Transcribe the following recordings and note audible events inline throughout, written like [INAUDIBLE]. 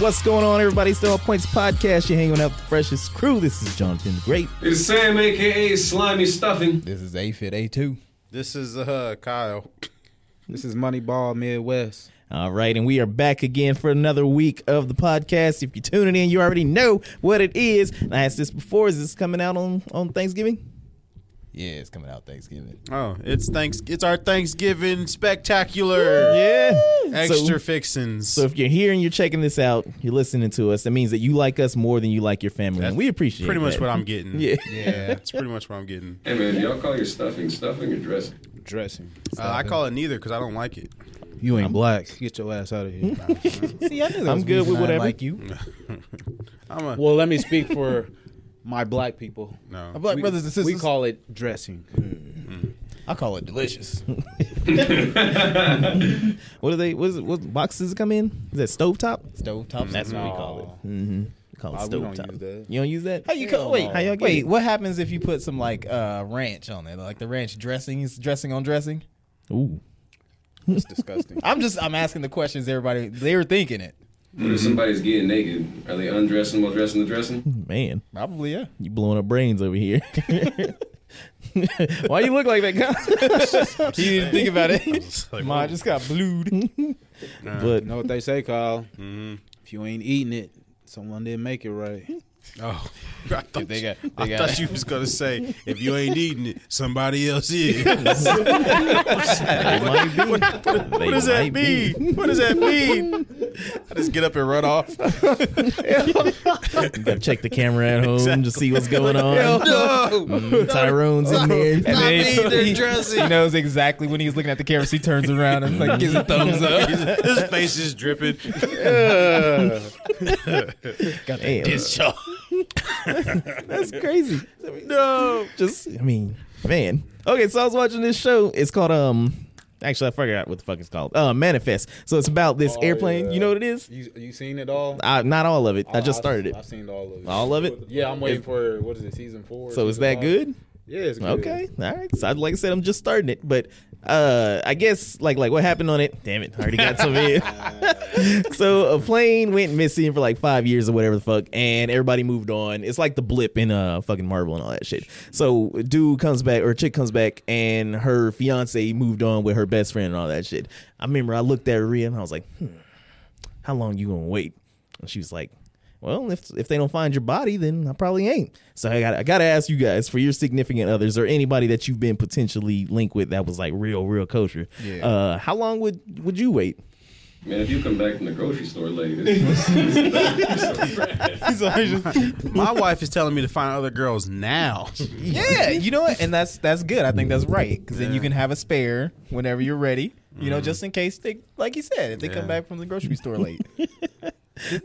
What's going on, everybody? Still on Points Podcast. You're hanging out with the freshest crew. This is Jonathan the Great. It's Sam, aka Slimy Stuffing. This is A Fit A2. This is uh Kyle. This is Moneyball Midwest. All right, and we are back again for another week of the podcast. If you're tuning in, you already know what it is. And I asked this before: Is this coming out on on Thanksgiving? Yeah, it's coming out Thanksgiving. Oh, it's thanks it's our Thanksgiving spectacular Yeah. So, extra fixins. so if you're here and you're checking this out, you're listening to us. That means that you like us more than you like your family, and we appreciate. pretty much that. what I'm getting. Yeah. yeah, [LAUGHS] that's pretty much what I'm getting. Hey man, do y'all call your stuffing stuffing or dressing? Dressing. Uh, I call it neither because I don't like it. You ain't black. Get your ass out of here. See, I knew that I'm good with whatever. like you. I'm a [LAUGHS] well, let me speak for my black people. no. Black We- brothers and sisters. We call it dressing. I call [LAUGHS] it delicious. [LAUGHS] What are they? What, is it, what box does it come in? Is that stove top? Stovetop. That's what we call it. Mm-hmm. Call it I- we stove don't top. use that. You don't use that? How you call, wait, How y'all get wait, it? what happens if you put some like uh ranch on there? Like the ranch dressings, dressing on dressing? Ooh. It's disgusting. I'm just I'm asking the questions everybody they were thinking it. What if somebody's getting naked? Are they undressing while dressing the dressing? Man, Probably, yeah. you blowing up brains over here. [LAUGHS] Why you look like that guy? He didn't think about [LAUGHS] it. Like, Ma just got blued. but [LAUGHS] You know what they say, Kyle? If you ain't eating it, someone didn't make it right. oh, I thought, They got- I they got- thought you was gonna say if you ain't eating it, somebody else is. what, they might be. They might what does [LAUGHS] that be. mean? What does that mean? I just get up and run off. You gotta check the camera at home just see what's [LAUGHS] going on. no, Mm, Tyrone's in there. And I then mean [LAUGHS] he- they're dressing. He knows exactly when he's looking at the camera. He turns around and like gives a [LAUGHS] thumbs up. His face is dripping. Damn, that's [LAUGHS] crazy. No. Just, I mean, man. Okay, so I was watching this show. It's called um. Actually, I forgot what the fuck it's called. Uh, Manifest. So it's about this airplane. Oh, yeah. You know what it is? You you seen it all? I, not all of it. Oh, I just started I've it. seen all of it. All of it. yeah, I'm waiting for what is it, season four? So is season that five? good? Yeah, it's good. Okay, all right. So, like I said, I'm just starting it, but uh, I guess like like what happened on it? Damn it, I already got some in. [LAUGHS] so a plane went missing for like five years or whatever the fuck, and everybody moved on. It's like the blip in uh fucking Marvel and all that shit. So a dude comes back or a chick comes back, and her fiance moved on with her best friend and all that shit. I remember I looked at Rhea and I was like, hmm, how long you gonna wait? And she was like, well, if if they don't find your body, then I probably ain't. So I got I got to ask you guys for your significant others or anybody that you've been potentially linked with that was like real real kosher. Yeah. Uh, how long would would you wait? Man, if you come back from the grocery store late, this He's always [LAUGHS] just My wife is telling me to find other girls now. [LAUGHS] Yeah, you know what, and that's that's good. I think that's right because then you can have a spare whenever you're ready. You know, just in case they, like you said, if they come Yeah. back from the grocery store late.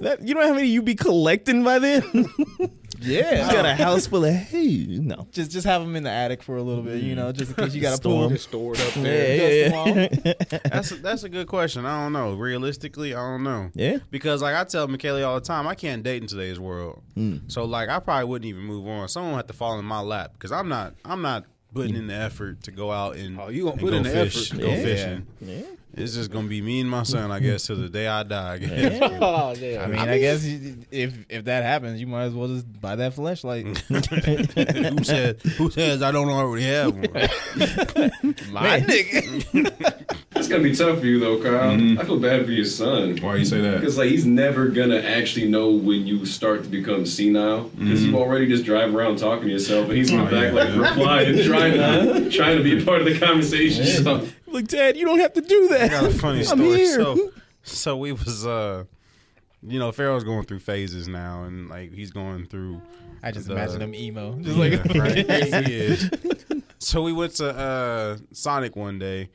That, you know how many you be collecting by then? [LAUGHS] you [LAUGHS] yeah, Oh. got a house full of hey, no. just just have them in the attic for a little bit. You know, just in case you got to Store pull 'em. them. Just stored up Yeah, there. [LAUGHS] yeah, yeah. [LAUGHS] That's a, that's a good question. I don't know. Realistically, I don't know. Yeah. Because like I tell Michaela all the time, I can't date in today's world. So like I probably wouldn't even move on. Someone would have to fall in my lap because I'm not I'm not putting in the effort to go out and Oh, you gonna and put go in the fish, effort. go Yeah. fishing. Yeah. It's just gonna be me and my son, I guess, till the day I die. I guess. Oh, yeah. I mean, I, guess you, if if that happens, you might as well just buy that [LAUGHS] flashlight. [LAUGHS] who says Who says I don't already have one? My nigga. That's gonna be tough for you though, Kyle. I feel bad for your son. Why you say that? Because like he's never gonna actually know when you start to become senile. Because you already just drive around talking to yourself, and he's in the Oh, back yeah, like yeah. replying, trying to trying to be a part of the conversation. So Look, Dad, you don't have to do that. I got a funny I'm story. here. So, so we was, uh, you know, Pharaoh's going through phases now, and like he's going through. I just The- imagine him emo, [LAUGHS] just like [LAUGHS] Yeah, right? he is. So we went to uh, Sonic one day,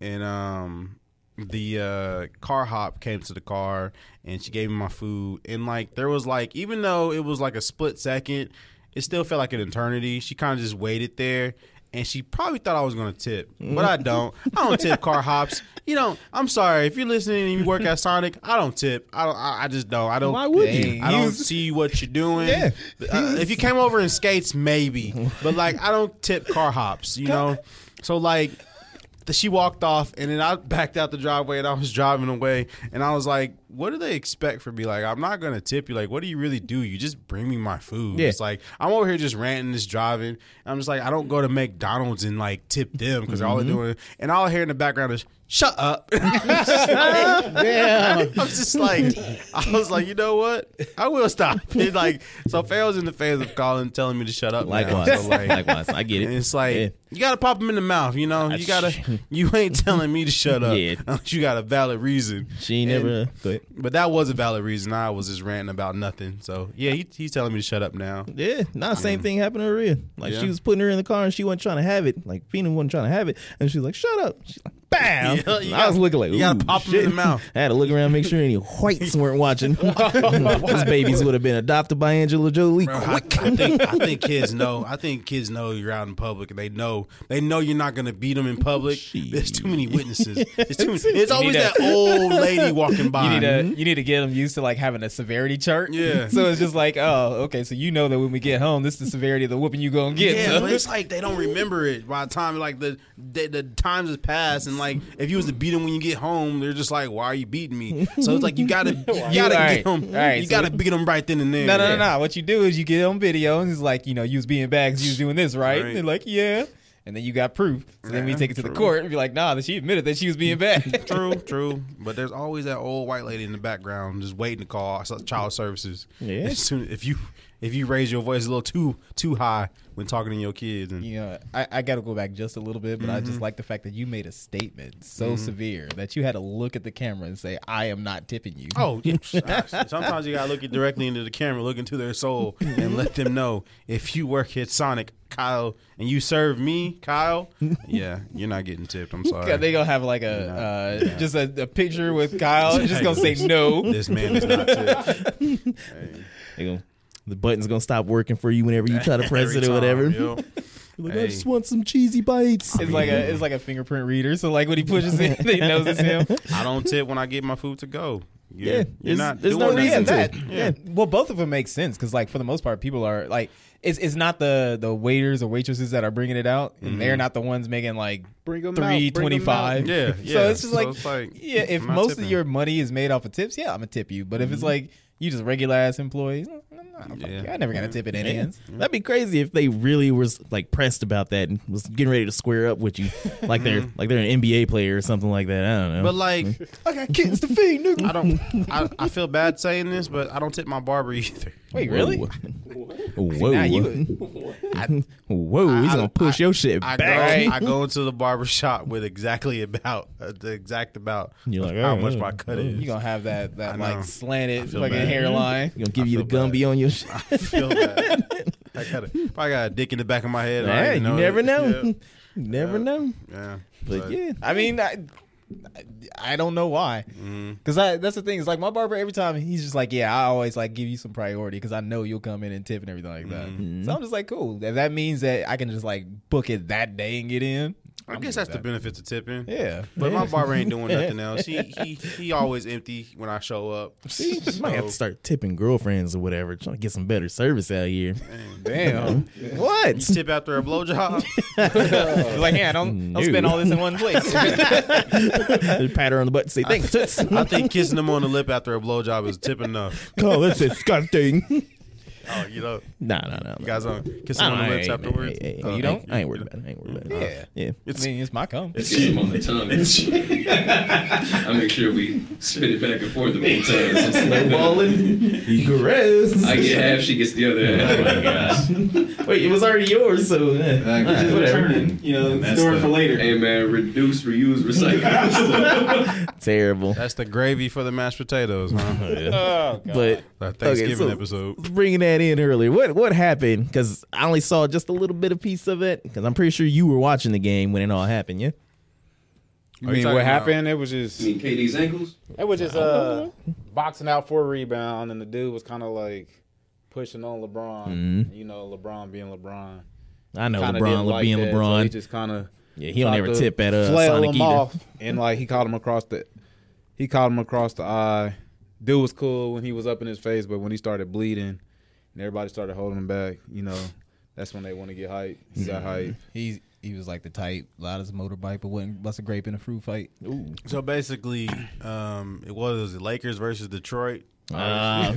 and um, the uh, car hop came to the car, and she gave me my food, and like there was like even though it was like a split second, it still felt like an eternity. She kind of just waited there. And she probably thought I was gonna tip, but I don't. I don't [LAUGHS] tip car hops. You know, I'm sorry if you're listening and you work at Sonic. I don't tip. I don't. I, I just don't. I don't. Why would you? Dang. I He don't was- see what you're doing. Yeah. Uh, if you came over in skates, maybe. But like, I don't tip car hops, you know. So like, [LAUGHS] the, she walked off, and then I backed out the driveway, and I was driving away, and I was like, what do they expect from me? Like, I'm not gonna tip you. Like, what do you really do? You just bring me my food. Yeah. It's like I'm over here just ranting, just driving. I'm just like, I don't go to McDonald's and like tip them because all they're Mm-hmm. doing, and all I hear in the background is "shut up." [LAUGHS] Damn. I'm [LAUGHS] just like, I was like, you know what? I will stop. [LAUGHS] It like, so Farrell's in the phase of calling, telling me to shut up. now. Likewise, So, [LAUGHS] like, likewise, I get and it. it's like Yeah. you gotta pop them in the mouth, you know. You gotta, [LAUGHS] you ain't telling me to shut up Yeah. unless you got a valid reason. She ain't And- never. Go ahead. But that was a valid reason. I was just ranting about nothing. So yeah, he, he's telling me to shut up now. Yeah, nah, same thing happened to Rhea. Like Yeah. she was putting her in the car and she wasn't trying to have it. Like Phoenix wasn't trying to have it, and she's like, "Shut up!" She's like, "Bam!" Yeah, you I was gotta- looking like, you gotta "Ooh, pop 'em in shit." the mouth. [LAUGHS] I had to look around, make sure any whites weren't [LAUGHS] watching. [LAUGHS] Those babies would have been adopted by Angela Jolie. Bro, I, I think I think kids know. I think kids know you're out in public, and they know they know you're not gonna beat them in public. There's too many witnesses. It's too. [LAUGHS] Many, it's always need that old lady walking by. [LAUGHS] You need to you need to get them used to like having a severity chart. Yeah. [LAUGHS] So it's just like, oh, okay, so you know that when we get home, this is the severity of the whooping you gonna get. Yeah, so. but it's like they don't remember it by the time like the the, the times has passed, and like if you was to beat them when you get home, they're just like, "Why are you beating me?" So it's like you [LAUGHS] gotta you gotta You- all get right, them, all right, you so- gotta beat them right then and there. [LAUGHS] No, no, no, no. What you do is you get on video and it's like, you know, you was being bags, you was doing this, right? Right. And they're like, yeah. And then you got proof. So then we Yeah, take it to the true. court and be like, nah, that she admitted that she was being [LAUGHS] bad. True, true. But there's always that old white lady in the background just waiting to call so- child services. Yeah. As soon if you if you raise your voice a little too too high when talking to your kids and you know, I, I got to go back just a little bit, but I Mm-hmm. just like the fact that you made a statement so severe that you had to look at the camera and say, I am not tipping you. Oh, yeah. [LAUGHS] sometimes you gotta look it directly into the camera, look into their soul, and let them know if you work at Sonic, Kyle, and you serve me, Kyle. Yeah, you're not getting tipped. I'm sorry. God, they gonna have like a uh, just a, a picture with Kyle. and just gonna say [LAUGHS] no. this man is not tipped. [LAUGHS] They gonna- the button's gonna stop working for you whenever you [LAUGHS] try to press [LAUGHS] Every it or time, whatever. yo. You're [LAUGHS] like, I Hey. just want some cheesy bites. It's like a it's like a fingerprint reader. So like when he pushes it, [LAUGHS] they knows it's him. I don't tip when I get my food to go. You're, Yeah, you're there's- not. there's no doing reason to. that. that. Yeah. Well, both of them make sense because, like, for the most part, people are like, it's it's not the the waiters or waitresses that are bringing it out, and they're not the ones making like Bring 'em out, bring 'em three twenty five. out. Mm-hmm. Yeah, [LAUGHS] So yeah. it's just So like, it's like, yeah, if I'm not most of tipping. Mm-hmm. your money is made off of tips, yeah, I'm gonna tip you. But if it's like you just regular ass employees, mm, I'm not, fuck Yeah. you. I never got to tip it in Man, hands. That'd be crazy if they really was like pressed about that and was getting ready to square up with [LAUGHS] you, like they're like they're an NBA player or something like that. I don't know. Mm-hmm. But like, I got kids to feed. Nigga. I don't. I, I feel bad saying this, but I don't tip my barber [LAUGHS] either. Wait, really? Whoa. Now Whoa. you- [LAUGHS] Whoa, he's I- gonna push your shit I go, back. I go into the barber shop with exactly about uh, the exact about You're of like, how oh, much oh, my cut oh. is. [LAUGHS] You gonna have that that I know. like slanted feel fucking bad. hairline? Gonna give I you the feel bad. Gumby on your shit. I feel [LAUGHS] bad. I got a, probably got a dick in the back of my head. and I Yeah, didn't you know never it. know. Yeah, [LAUGHS] You never Yeah. know. yeah. But yeah. I mean, I, I don't know why. Mm-hmm. Because I that's the thing. It's like my barber every time he's just like, yeah, I always like give you some priority because I know you'll come in and tip and everything like that. Mm-hmm. So I'm just like, cool. If that means that I can just like book it that day and get in. I guess that's the benefit to tipping. [LAUGHS] Yeah. But my barber ain't doing nothing else. He he he always empty when I show up. See, you might have to So- start tipping girlfriends or whatever, trying to get some better service out [LAUGHS] here. Damn. What? Tip after [LAUGHS] a blowjob. Oh. like, yeah, don't, don't spend No. all this in one [LAUGHS] place. Pat her on the butt and say, thanks, toots. [LAUGHS] I think kissing them on the lip after a blowjob is tip enough. oh, that's disgusting. [LAUGHS] Oh, you know, nah, nah, nah. you nah. guys on kissing I on don't- the I lips ain't- afterwards. I ain't- Oh, I ain't- [LAUGHS] You don't? I ain't worried about it. I ain't worried about it. Yeah. Yeah. I mean, it's my cum. It's shame on the [LAUGHS] tongue. I make sure we spit it back and forth the whole [LAUGHS] time. So Snowballing. Gross. I get half, she gets the other Oh half. Wait, it was already yours, so eh, I guess. eh, whatever. You know, that's store the- for later. hey man, reduce, reuse, recycle. [LAUGHS] Terrible. That's the gravy for the mashed potatoes, huh? Oh, God. But That Thanksgiving so- episode. bringing that in earlier, what what happened? Because I only saw just a little bit of piece of it. Because I'm pretty sure you were watching the game when it all happened. Yeah. You Are you mean talking what about- happened? It was just I mean, KD's ankles. it was just uh boxing out for a rebound, and the dude was kind of like pushing on LeBron. You know, LeBron being LeBron. I know Kinda Mm-hmm. Oh, LeBron didn't like being that, so LeBron. he just kind of yeah, he don't ever tip at uh, flail Sonic him either. off, and like he caught him across the he caught him across the eye. Dude was cool when he was up in his face, but when he started bleeding Mm-hmm. and everybody started holding him back, you know, that's when they want to get hype. He got hype. He's he was like the type, loud as a motorbike, but wouldn't bust a grape in a fruit fight. So basically, um, it was, the Lakers versus Detroit. Um,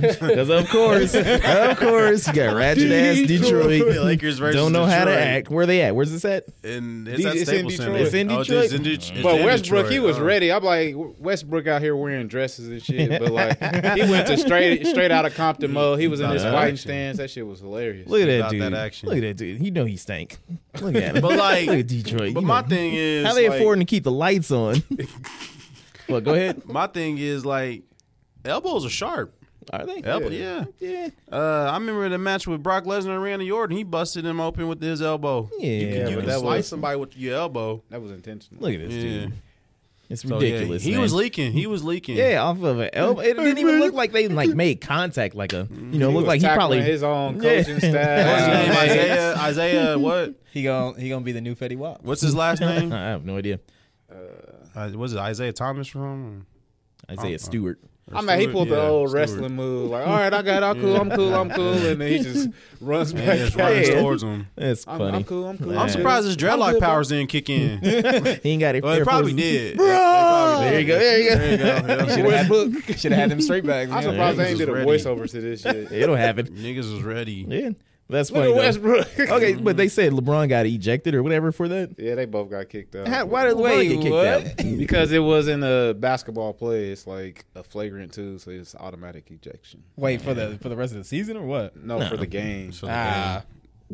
[LAUGHS] Because of course, of course, you got ratchet [LAUGHS] ass The Detroit. Lakers versus Don't know how to Detroit. act. Where they at? Where's this at? And These- it's at it's in Staples Center. Detroit. It's in Oh, it's Detroit? in Det- it's But in Westbrook, he Detroit. was Oh. ready. I'm like Westbrook out here wearing dresses and shit, [LAUGHS] but like he went to straight straight out of Compton mode. He was in his Nah. fighting stance. That shit was hilarious. Look at that About dude. that action. Look at that dude. He know he [LAUGHS] stank. Look at him. But like, Look at [LAUGHS] Detroit. But You my know. thing is, how they like, affording to keep the lights [LAUGHS] on? well, go ahead. My thing is like, elbows are sharp. Are they? Elbow, yeah. Yeah. Uh, I remember the match with Brock Lesnar and Randy Orton. He busted him open with his elbow. Yeah, you can, but you can that slice was- somebody with your elbow. That was intentional. Look at this Yeah, dude. It's So, yeah, ridiculous. he man. was leaking. He was leaking. Yeah, off of an elbow. It didn't even look like they like made contact. Like a you know, He looked was like he tackling probably his own Yeah. [LAUGHS] coaching What's his name? staff. Isaiah. Isaiah. What? He gon' he gonna be the new Fetty Wap. What's his last name? I have no idea. Uh, was it Isaiah Thomas from? Isaiah Uh-uh. Stewart. Or I mean, he Stewart? pulled the Yeah, old Stewart. wrestling move. Like, all right, I got, I'm cool, I'm cool, I'm cool, and then [LAUGHS] he just runs And he back. just out. [LAUGHS] runs Yeah. towards him. That's I'm, funny. I'm cool, I'm cool. Yeah. I'm surprised his dreadlock good, bro. powers didn't kick in. [LAUGHS] He ain't got it. Well, Air it probably Force- did. There you go. There you go. There you go. Yeah. Westbrook. Should have had them straight back. I'm man. surprised they ain't He's did a ready. voiceover to [LAUGHS] this [LAUGHS] shit. It'll happen. [LAUGHS] Niggas was ready. Yeah, that's funny. Look at though. Westbrook. Okay, but [LAUGHS] they said LeBron got ejected or whatever for that. Yeah, they both got kicked out. How, why did LeBron Wait, get kicked what? out? Because it wasn't a basketball play, it's like a flagrant two, so it's automatic ejection. Wait for the for the rest of the season or what? No, for the game. So, Ah,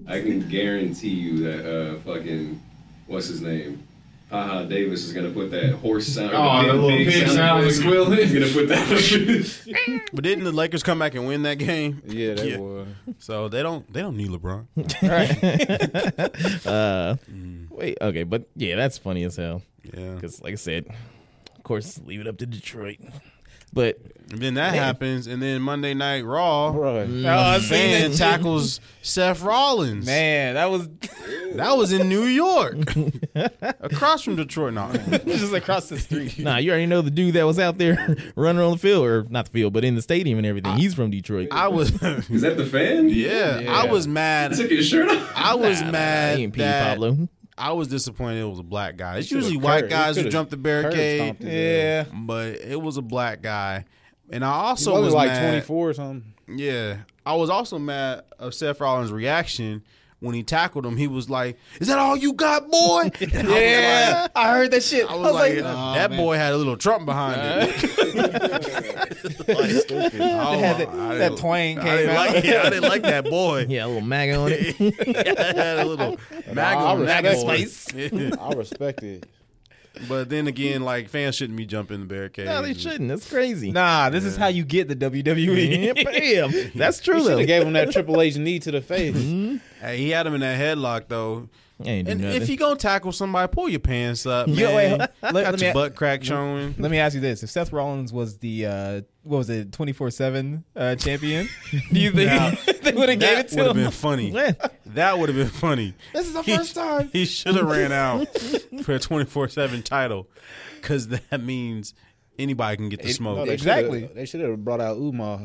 I can guarantee you that uh, fucking what's his name, Haha Davis is gonna put that horse sound. Oh, the little pig sound effect. He's gonna put [LAUGHS] that. But didn't the Lakers come back and win that game? Yeah, they Yeah. were. So they don't they don't need [LAUGHS] LeBron. Uh, Mm. wait. Okay, but yeah, that's funny as hell. Yeah. Because like I said, of course, leave it up to Detroit. But And then that happens, and then Monday Night Raw, Oh, a fan tackles Seth Rollins. man, that was [LAUGHS] That was in [LAUGHS] New York, across from Detroit. No, just across the street. nah, you already know the dude that was out there [LAUGHS] running on the field, or not the field, but in the stadium and everything. He's from Detroit. I was. [LAUGHS] Is that the fan? Yeah, I [LAUGHS] was mad. Took his shirt off. I was Nah, mad he ain't Petey that Pablo. [LAUGHS] I was disappointed. It was a black guy. It's He should've usually white curved. He guys who should've jump the curb barricade, stomped his ass. but it was a black guy. And I also So he was was like mad- 24 or something. Yeah, I was also mad of Seth Rollins' reaction when he tackled him. He was like, "Is that all you got, boy?" [LAUGHS] And I was like- I heard that shit. I was, like, "That boy had a little Trump behind [LAUGHS] it." Like, I don't- had that- I that didn't- twang I came didn't out. Like, yeah, I didn't like that boy. Yeah, a little mag on it. [LAUGHS] I had a little maggle I on that respect boy. [LAUGHS] I respect [LAUGHS] it. But then again, like fans shouldn't be jumping the barricade. no, they shouldn't. That's crazy. nah, this is how you get the E. WWE. [LAUGHS] Yep, [LAUGHS] bam. That's true though. They gave him that Triple H knee to the face. Hey, he had him in that headlock though. Ain't do And nothing. if you gonna tackle somebody, pull your pants up, man. Yo, wait, let- Got let your me- butt crack showing. Let me ask you this: If Seth Rollins was the uh, what was it, twenty four seven uh, champion, do [LAUGHS] you think Now, [LAUGHS] they would have gave it That would to have him? [LAUGHS] been funny. Yeah. That would have been funny. this is the He- first time. He should have ran out for a 24 7 title because that means anybody can get the No, smoke. they Exactly. should've- They should have brought out Umar.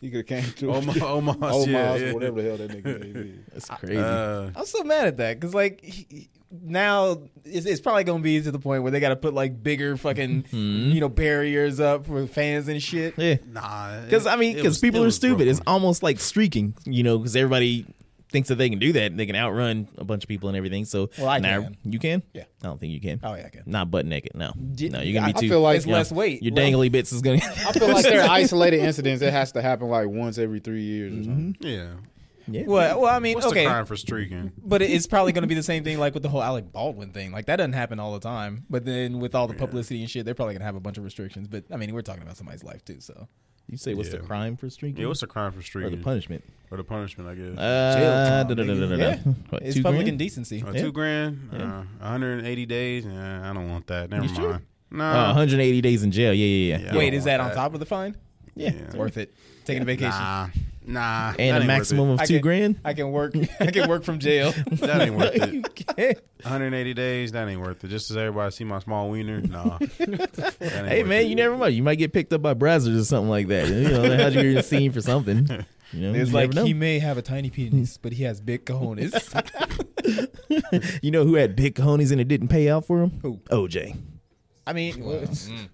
he could have came through. Omar, [LAUGHS] [LAUGHS] Omar, Omar, yeah, yeah. whatever the hell that nigga may be. That's crazy. Uh, I'm so mad at that because like he, he- now it's, it's probably gonna be to the point where they got to put like bigger fucking Mm-hmm. you know barriers up for fans and shit. yeah. [LAUGHS] nah. Because I mean, it because was- people it are was stupid. It's Brooklyn. almost like streaking, you know, because everybody thinks that they can do that. and They can outrun a bunch of people and everything. So Well, I now- can. You can? Yeah. I don't think you can. Oh yeah, I can. Not butt naked. No. D- No, you're gonna I- be too. I feel like you it's less weight. Your Well- [LAUGHS] dangly bits is [LAUGHS] gonna. [LAUGHS] I feel like they're isolated incidents. It has to happen like once every three years Mm-hmm. or something. Yeah. yeah. Well, well, I mean, What's okay, the crime for streaking? but it- it's probably going to [LAUGHS] be the same thing like with the whole Alec Baldwin thing. Like that doesn't happen all the time. But then with all the publicity and shit, they're probably going to have a bunch of restrictions. But I mean, we're talking about somebody's life too, so You say what's the Yeah. crime for streaking? Yeah, what's the crime for Mm-hmm. or streaking? the punishment? Or the punishment, I guess. Uh, time, da- da- da- da- da- yeah. da. [LAUGHS] What, it's two public grand? indecency. Uh, Yeah. Two grand, uh, 180 days. Nah, I don't want that. Never You sure? Uh, mind. Nah. 180 days in jail. Yeah, yeah, yeah. Yeah. Wait, is want that on that. top of the fine? Yeah. Yeah. It's worth it. Taking a vacation. Nah, nah. that ain't And worth a it. maximum of I two can- grand. I can work. [LAUGHS] I can work [LAUGHS] from jail. That ain't worth [LAUGHS] You it. [LAUGHS] can't. 180 days. That ain't worth it. Just as everybody see my small [LAUGHS] wiener. Nah. Hey man, you never know. You might get picked up by Brazzers or something like that. [LAUGHS] You know, how'd you get seen [LAUGHS] for something? You know, It's you like never know. he may have a tiny penis, but he has big cojones. [LAUGHS] you know who had big conies and it didn't pay out for him? Who? OJ. I mean,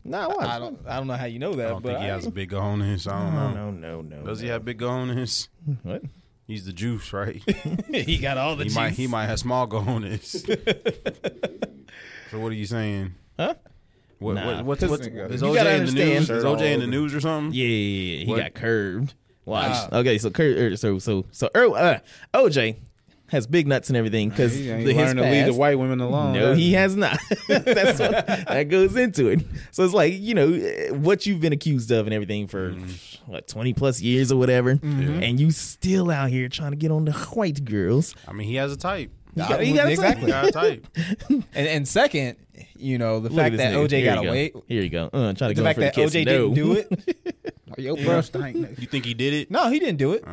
Nah, I don't, I don't know how you know Mm-hmm. that, I don't but think he I- has big cojones. I don't know. No, no, no. Does he have big cojones? What? He's the juice, right? [LAUGHS] he got all the he juice. might he might have [LAUGHS] small cojones. so what are you saying? Huh? What, Nah. what, what's This what's nigga- is You gotta OJ in the news? understand- Is OJ in the news or something? Yeah, yeah, yeah, yeah. he What? got curved. Watch. okay, so cur- er, so so so er, uh, OJ has big nuts and everything because He ain't his past. learning to leave the white women alone. No, That- he has not. [LAUGHS] That's what that goes into it. So it's like you know eh, what you've been accused of and everything for what twenty plus years or whatever, Mm-hmm. and you still out here trying to get on the white girls. I mean, he has a type. I gotta- you would- gotta He [LAUGHS] exactly. got a type. and, and second, you know, the Look at fact this that nigga. OJ Here you got go. away. Here you go. Uh, trying to The go fact for the that kiss. OJ no. didn't do it. Your brush stank. You think he did it? No, he didn't do it.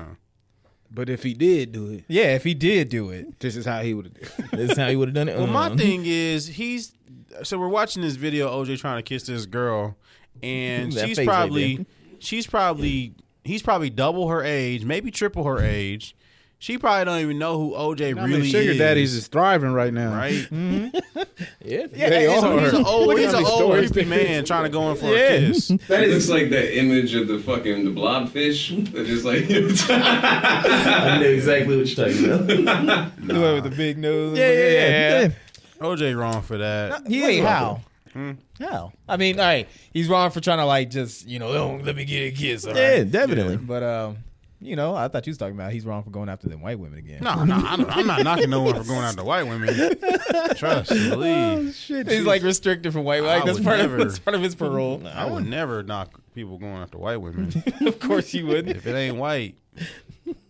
But if he did do it, Yeah, if he did do it, this is how he would have did [LAUGHS] it. This is how he would have done it. Well, my Um, thing is, he's so we're watching this video. OJ trying to kiss this girl, and [LAUGHS] That she's face right probably, there. she's probably, he's probably double her age, maybe triple her age. She probably don't even know who OJ I mean, really sugar is. daddies is thriving right now. right? Yeah. They it's- are. He's an old, Look he's how an many old stories creepy there is. man trying to go in for Yeah. a kiss. That is like that image of the fucking the blobfish. That just like [LAUGHS] [LAUGHS] I know exactly what you're talking [LAUGHS] about. the one with the big nose. yeah, yeah, yeah. OJ wrong for that. He Wait, is how? Hmm. How? I mean, all right, he's wrong for trying to like just you know "Oh, let me get a kiss. all Yeah, right?" definitely. But um, you know, I thought you was talking about he's wrong for going after them white women again. No, no, I'm, I'm not knocking no one for going after white women. Trust, and Oh, believe. He's like restricted from white. I Like that's would part never. of that's part of his parole. I would never knock people going after white women [LAUGHS] of course you would. if it ain't white.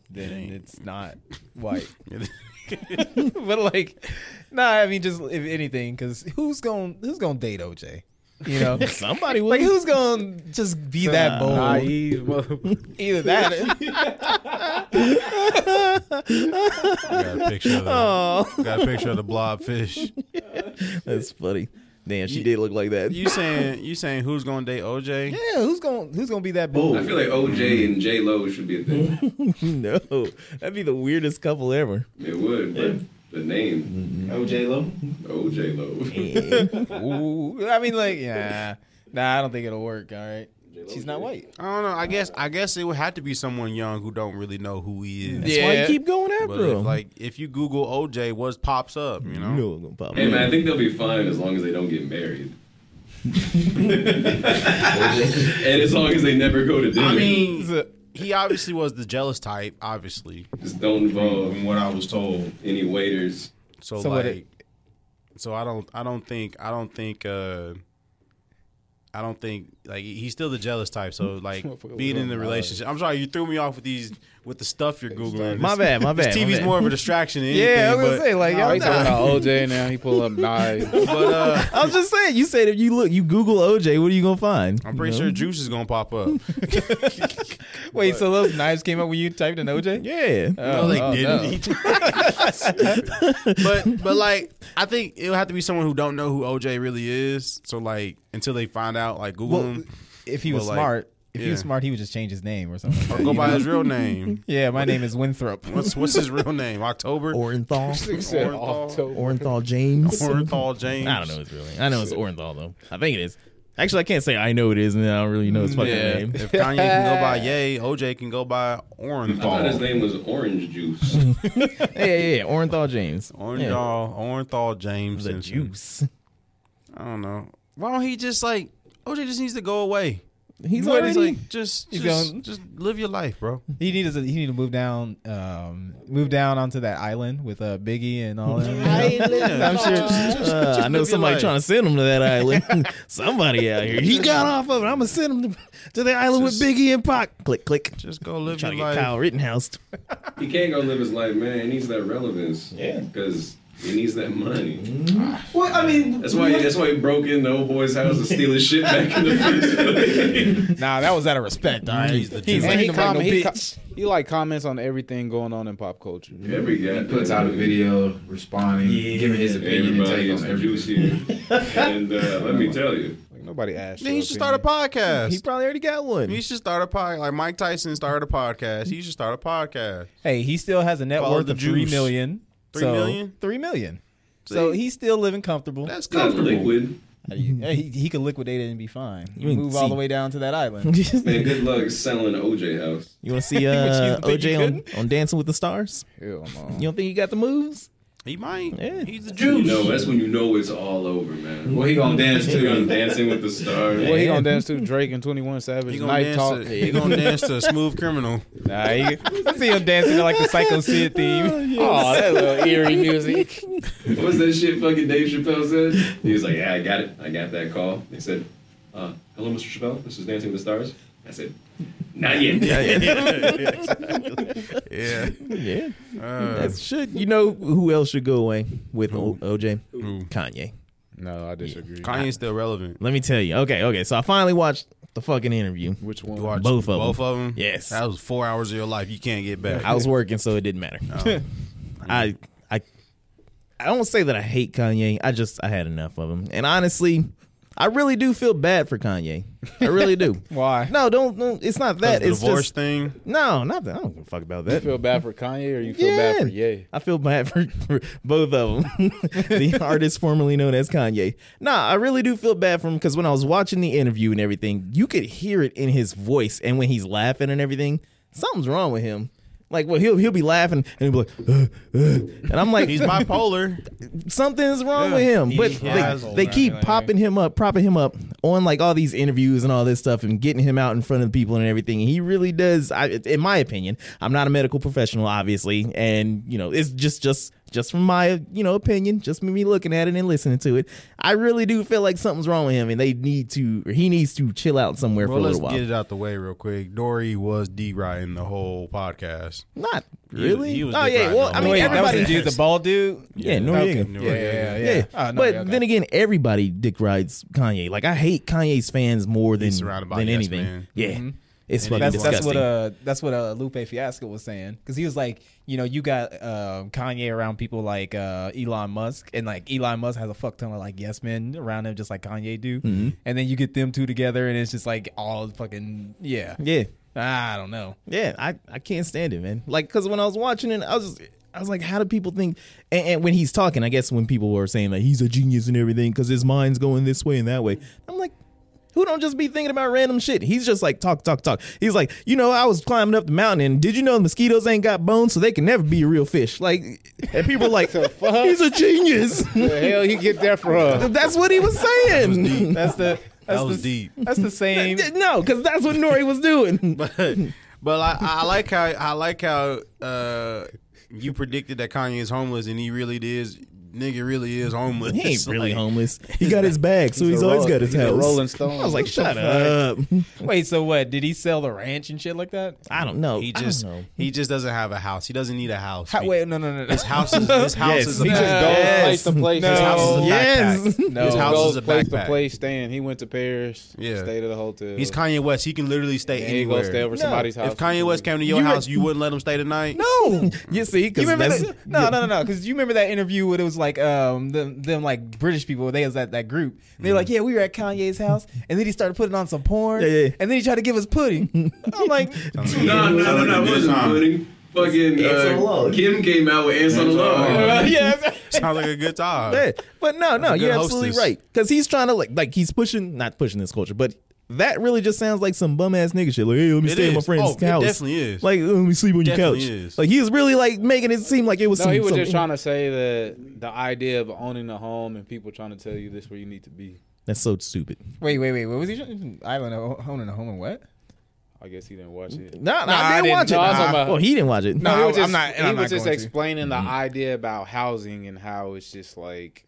then it's not white. That's [LAUGHS] but like, nah. I mean, just if anything, because who's going who's going to date OJ? You [LAUGHS] know, Somebody would. like who's going to just be that bold? Naive motherfucker. Either that, Got a picture of the, Oh. got a picture of the blobfish. That's funny. Damn, she did look like that. You saying you saying who's gonna date OJ? [LAUGHS] yeah. Who's going who's going to be that bold? I feel like OJ Mm-hmm. and J Lo should be a thing. [LAUGHS] no, that'd be the weirdest couple ever. Mm-hmm. It would, but the name OJ Lo. OJ Lo. Ooh, I mean, like, yeah. Nah, I don't think it'll work. All right, she's not white. I don't know. I guess I guess it would have to be someone young who don't really know who he is. That's why you Yeah. keep going But after if, him. like if you Google OJ, what pops up? You know. you know it's gonna pop Hey man, I up. think they'll be fine as long as they don't [LAUGHS] get married. and as long as they never go to dinner. I mean, he obviously was the jealous type. Obviously, just don't From involve what I was told, any waiters. so, So like, what it- so I don't I don't think I don't think. uh I don't think like he's still the jealous type. [LAUGHS] So like being in the relationship, I'm sorry you threw me off with these with the stuff you're googling. My bad, my bad. This TV's my bad. more of a distraction. Than anything, [LAUGHS] Yeah, I was but- gonna say like, Y'all y'all ain't talking not- about OJ now. He pull up knives. But uh, [LAUGHS] I was just saying. You said if you look, you Google OJ, what are you gonna find? I'm pretty sure Juice is gonna pop up. wait. So those knives came up when you typed in OJ? Yeah. no, they oh, didn't. [LAUGHS] but but like I think it'll have to be someone who don't know who OJ really is. So like until they find out, like Google Well, him If he Well, was like, smart, if he was yeah. smart, he would just change his name or [LAUGHS] something. or go by his real name. yeah, my name [LAUGHS] is Winthrop. What's what's his real name? October Orenthal. He said Orenthal. October. Orenthal James. [LAUGHS] Orenthal James. I don't know his real name. I know it's Orenthal though. I think it is. Actually, I can't say I know it is, and I don't really know his fucking Yeah. [LAUGHS] name. If Kanye can go by Yay, OJ can go by I thought his Orenthal. name was Orange Juice. Mm-hmm. Yeah, yeah, yeah. Orenthal James. Orenthal, Yeah. Orenthal James. The and- juice. I don't know. Why don't he just like OJ just needs to go away? He's But already. it's like just He's just, gone. just live your life, bro. He needs to he need to move down, um, move down onto that island with uh, Biggie [LAUGHS] and all that. I'm sure. uh, I know live your somebody life. trying to send him to that island. [LAUGHS] somebody out here. He [LAUGHS] got off of it. I'm gonna send him to, to the island Just- with Biggie and Pac. Click, click. Just go live your Trying to life. get Kyle Rittenhouse. He can't go live his life, man. He needs that relevance. Yeah. Because he needs that money. Mm-hmm. Ah. well, I mean, That's why. That's why he broke in the old boy's house to steal his shit back [LAUGHS] in the first place. Nah, that was out of respect. All right, He's the He's Jew. And ain't he, no com- he, co- bitch. he like comments on everything going on in pop culture. Every guy puts out a video responding, giving his opinion and Everybody take is on a everything. juice here, and uh, let me tell you, Like nobody asked. Then your he should start a opinion. [LAUGHS] podcast. He probably already got one. [LAUGHS] He should start a podcast. Like Mike Tyson started a podcast. He should start a podcast. Hey, he still has a net Follow worth the of three juice. million. Three so, million? Three million. So See? he's still living comfortable. That's Not comfortable. liquid. Hey, he, he could liquidate it and be fine. You ain't Move all the see- way down to [LAUGHS] that island. Man, you good luck selling OJ house. want to see uh, Which you think you OJ on, on Dancing with the Stars? Hell no. You don't think he got the moves? He might. Yeah. He's a You juice. know, that's when you know it's all over, man. Well, he gonna dance He's too. on Dancing with the Stars. Well, he Yeah. gonna dance to Drake and Twenty One Savage. He gonna, Night dance talk. to, [LAUGHS] he gonna dance to a [LAUGHS] smooth criminal. Nah, he, I see him dancing to like the Psycho Sid theme. Oh, that little eerie music. What's that shit fucking Dave Chappelle said? He was like, Yeah, I got it. I got that call. They said, uh, Hello, Mr. Chappelle. This is Dancing with the Stars. I said, Not yet. Yeah. Yeah, Uh, that should. You know who else should go away with O- OJ? Who? Kanye. No, I disagree. Kanye's still relevant. Let me tell you. Okay, okay. So I finally watched the fucking interview. Which You one? watch Both of 'em. both of them. Yes. that was four hours of your life you can't get back. I was working, so it didn't matter. I I I don't say that I hate Kanye. I just I had enough of him. And honestly, I really do feel bad for Kanye. I really [LAUGHS] do. Why? No, don't, don't. It's not that. the It's divorce just thing. no, not that. I don't give a fuck about You that. feel bad for Kanye or you feel bad for Ye? I feel bad for, for both of them. [LAUGHS] [LAUGHS] the artist formerly known as Kanye. Nah, I really do feel bad for him because when I was watching the interview and everything, you could hear it in his voice and when he's laughing and everything, something's wrong with him. Like, well, he'll he'll be laughing and he'll be like, "Uh, uh," and I'm like, [LAUGHS] He's bipolar. something's wrong with him. But he's they, frazzled, they man. keep Like- popping him up, propping him up on like all these interviews and all this stuff, and getting him out in front of the people and everything. And he really does. I, in my opinion, I'm not a medical professional, obviously, and you know, it's just just just from my you know opinion, just me looking at it and listening to it. I really do feel like something's wrong with him, and they need to or he needs to chill out somewhere Well, for a let's little while. get it out the way real quick. Dory was deriding the whole podcast. Not really. he was oh yeah. deprived Well, of I all mean, that. Wait, that was everybody. the dude, the bald dude. Yeah, Noriega. Yeah, yeah, yeah. Yeah, Ah, no, but yeah, okay. then again, everybody dick rides Kanye. Like I hate Kanye's fans more than surrounded by than yes anything. men. Yeah, it's fucking Mm-hmm. That's, disgusting. that's what uh that's what uh Lupe Fiasco was saying because he was like you know you got um Kanye around people like uh Elon Musk and like Elon Musk has a fuck ton of like yes men around him just like Kanye do Mm-hmm. and then you get them two together and it's just like all fucking yeah yeah, I don't know yeah. I, I can't stand it, man. Like because when I was watching it, I was I was like, how do people think? And, and when he's talking, I guess when people were saying like he's a genius and everything because his mind's going this way and that way, I'm like. Who don't just be thinking about random shit? He's just like talk, talk, talk. He's like, you know, I was climbing up the mountain, and did you know mosquitoes ain't got bones, so they can never be a real fish? Like, and people are like, he's a genius. The hell he get that from? That's what he was saying. that's the that's That was the, deep. [LAUGHS] that's the same no, because that's what Nori was doing. [LAUGHS] But I, I like how I like how uh, you predicted that Kanye is homeless, and he really is. Nigga really is homeless. he [LAUGHS] ain't really Like, homeless. He got his bag, so he's, a always roll- got his he's a house. Rolling Stone. I was like, shut up. wait so what did he sell the ranch and shit like that I don't know. He just I don't know. he just doesn't have a house. He doesn't need a house. How, wait no no no no His house [LAUGHS] is [LAUGHS] his house Yes, is a he just backpack. goes Yes. place to place. No. His house is a Yes. backpack. [LAUGHS] No. His house goes is a place to backpack. place. Staying. He went to Paris. Yeah. Stayed at a hotel. He's Kanye West. He can literally stay And he anywhere. goes stay over somebody's house. if Kanye West came to your You house, would- you wouldn't let him stay tonight. [LAUGHS] No, you see, You because remember that's that? No, no, no, no. Because you remember that interview where it was like um them, them like British people. They was at that group. They were like, Mm-hmm. yeah, we were at Kanye's house, and then he started putting on some porn, Yeah, yeah. and then he tried to give us [LAUGHS] pudding. I'm like, [LAUGHS] No, no, no, no. It wasn't Sounds like a good pudding. Fucking Anson uh, Alone. Kim came out with Anson Alone. Alone. yeah. time. Sounds like a good time. Yeah, but no, no, a good you're absolutely hostess. right. Because he's trying to like, like he's pushing, not pushing this culture, but that really just sounds like some bum ass nigga shit. Like, hey, let me It stay at my is. friend's Oh, it house. definitely is. Like, let me sleep on your couch. Definitely is. Like, he was really like making it seem like it was. No, some, he was some- just trying to say that the idea of owning a home and people trying to tell you this where you need to be. That's so stupid. wait, wait, wait. What was he? trying- Island of- owning a home and what? I guess he didn't watch it. No, no, Nah, I I didn't, didn't. watch it. No, I was talking about- well, he didn't watch it. No, he was I- I'm just, not- and he was I'm not just going to. Mm-hmm. explaining the idea about housing and how it's just like,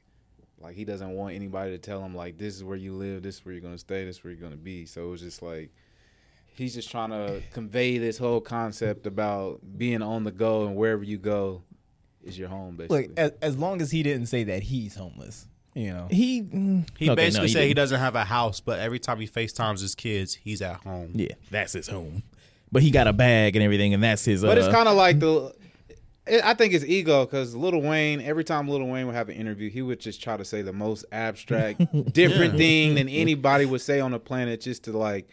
like he doesn't want anybody to tell him like this is where you live, this is where you're gonna stay, this is where you're gonna be. So it was just like, he's just trying to convey this whole concept about being on the go and wherever you go is your home. Basically, Look, as, as long as he didn't say that he's homeless, you know. He mm, He okay, basically no, said he didn't. doesn't have a house, but every time he FaceTimes his kids, he's at home. Yeah, that's his home. But he got a bag and everything, and that's his. But uh, it's kind of like the. It, I think it's ego because Little Wayne. Every time Little Wayne would have an interview, he would just try to say the most abstract, different thing than anybody would say on the planet, just to like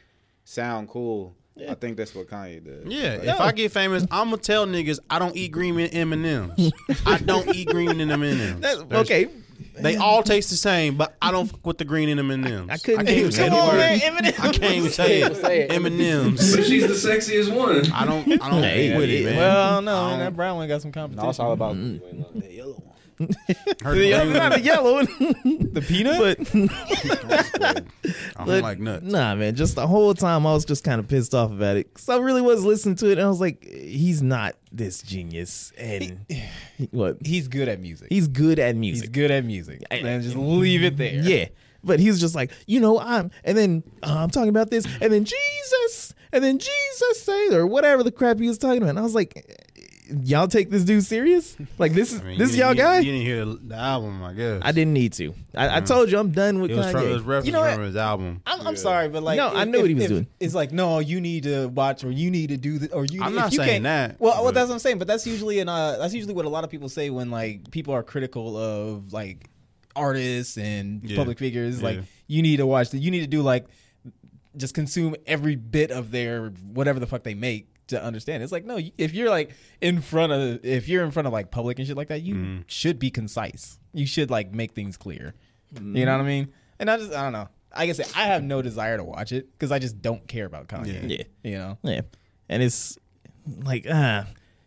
sound cool. I think that's what Kanye does. Uh, Yeah, Like, if I get famous, I'm gonna tell niggas I don't eat green M and [LAUGHS] M's. I don't eat green M and M's. okay. They all taste the same, but I don't fuck with the green M and M's. I couldn't can't even even say the come on, man. word. Eminem. I can't even say Say it. it. M and M's. But she's the sexiest one. I don't. I don't Hey, fuck with yeah. it, man. Well, I don't know. I man, don't- that brown one got some competition. No, it's all about Her Yeah, [LAUGHS] green- not a yellow one. [LAUGHS] the peanut. but I but- don't like nuts. nah, man, just the whole time I was just kind of pissed off about it because I really was listening to it and I was like, he's not this genius, and he- what he's good at music. he's good at music. He's good at music. I- Man, just leave it there. Yeah. But he was just like, you know, I'm, and then uh, I'm talking about this, and then Jesus, and then Jesus said, or whatever the crap he was talking about. And I was like, y'all take this dude serious? Like this is I mean, this you y'all didn't- guy? You didn't hear the, the album, I guess. I didn't need to. I, I told you I'm done with Mm. It was Kanye. from it was reference You know what? from his album. I'm, I'm sorry, but like, No, I knew what he was doing. It's like, no, you need to watch, or you need to do this, or you. I'm if not you saying can't- that, Well, well, but- that's what I'm saying, but that's usually an uh, that's usually what a lot of people say when like people are critical of like artists and Yeah. public figures. Like, Yeah. you need to watch that. You need to do like just consume every bit of their whatever the fuck they make to understand. It's like no, you- if you're like in front of if you're in front of like public and shit like that, you should be concise. You should like make things clear. You Mm-hmm. know what I mean? And I just I don't know. Like I said, I have no desire to watch it because I just don't care about Kanye. Yeah. You know. Yeah, and it's like ah,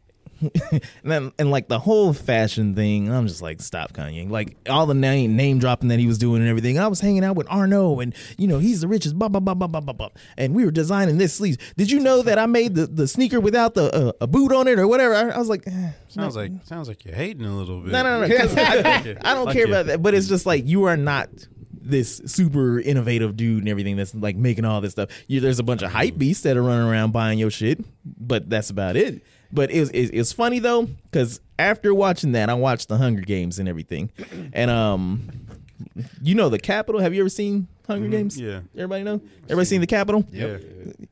[LAUGHS] and then and like the whole fashion thing. I'm just like, stop Kanye. Like all the name name dropping that he was doing and everything. I was hanging out with Arno, and you know he's the richest. Blah blah blah blah blah blah blah. And we were designing this sleeves. Did you know that I made the, the sneaker without the uh, a boot on it or whatever? I, I was like, [SIGHS] eh, Sounds like sounds like you're hating a little bit. no no no. 'cause I, [LAUGHS] I don't Like care you. about that. But it's just like you are not. This super innovative dude and everything that's like making all this stuff. You, there's a bunch of hype beasts that are running around buying your shit, but that's about it. But it was, it, it's funny though, because after watching that, I watched the Hunger Games and everything, and um, you know the Capitol. Have you ever seen Hunger Games? Mm-hmm. yeah. everybody know. Everybody seen the Capitol? Yeah.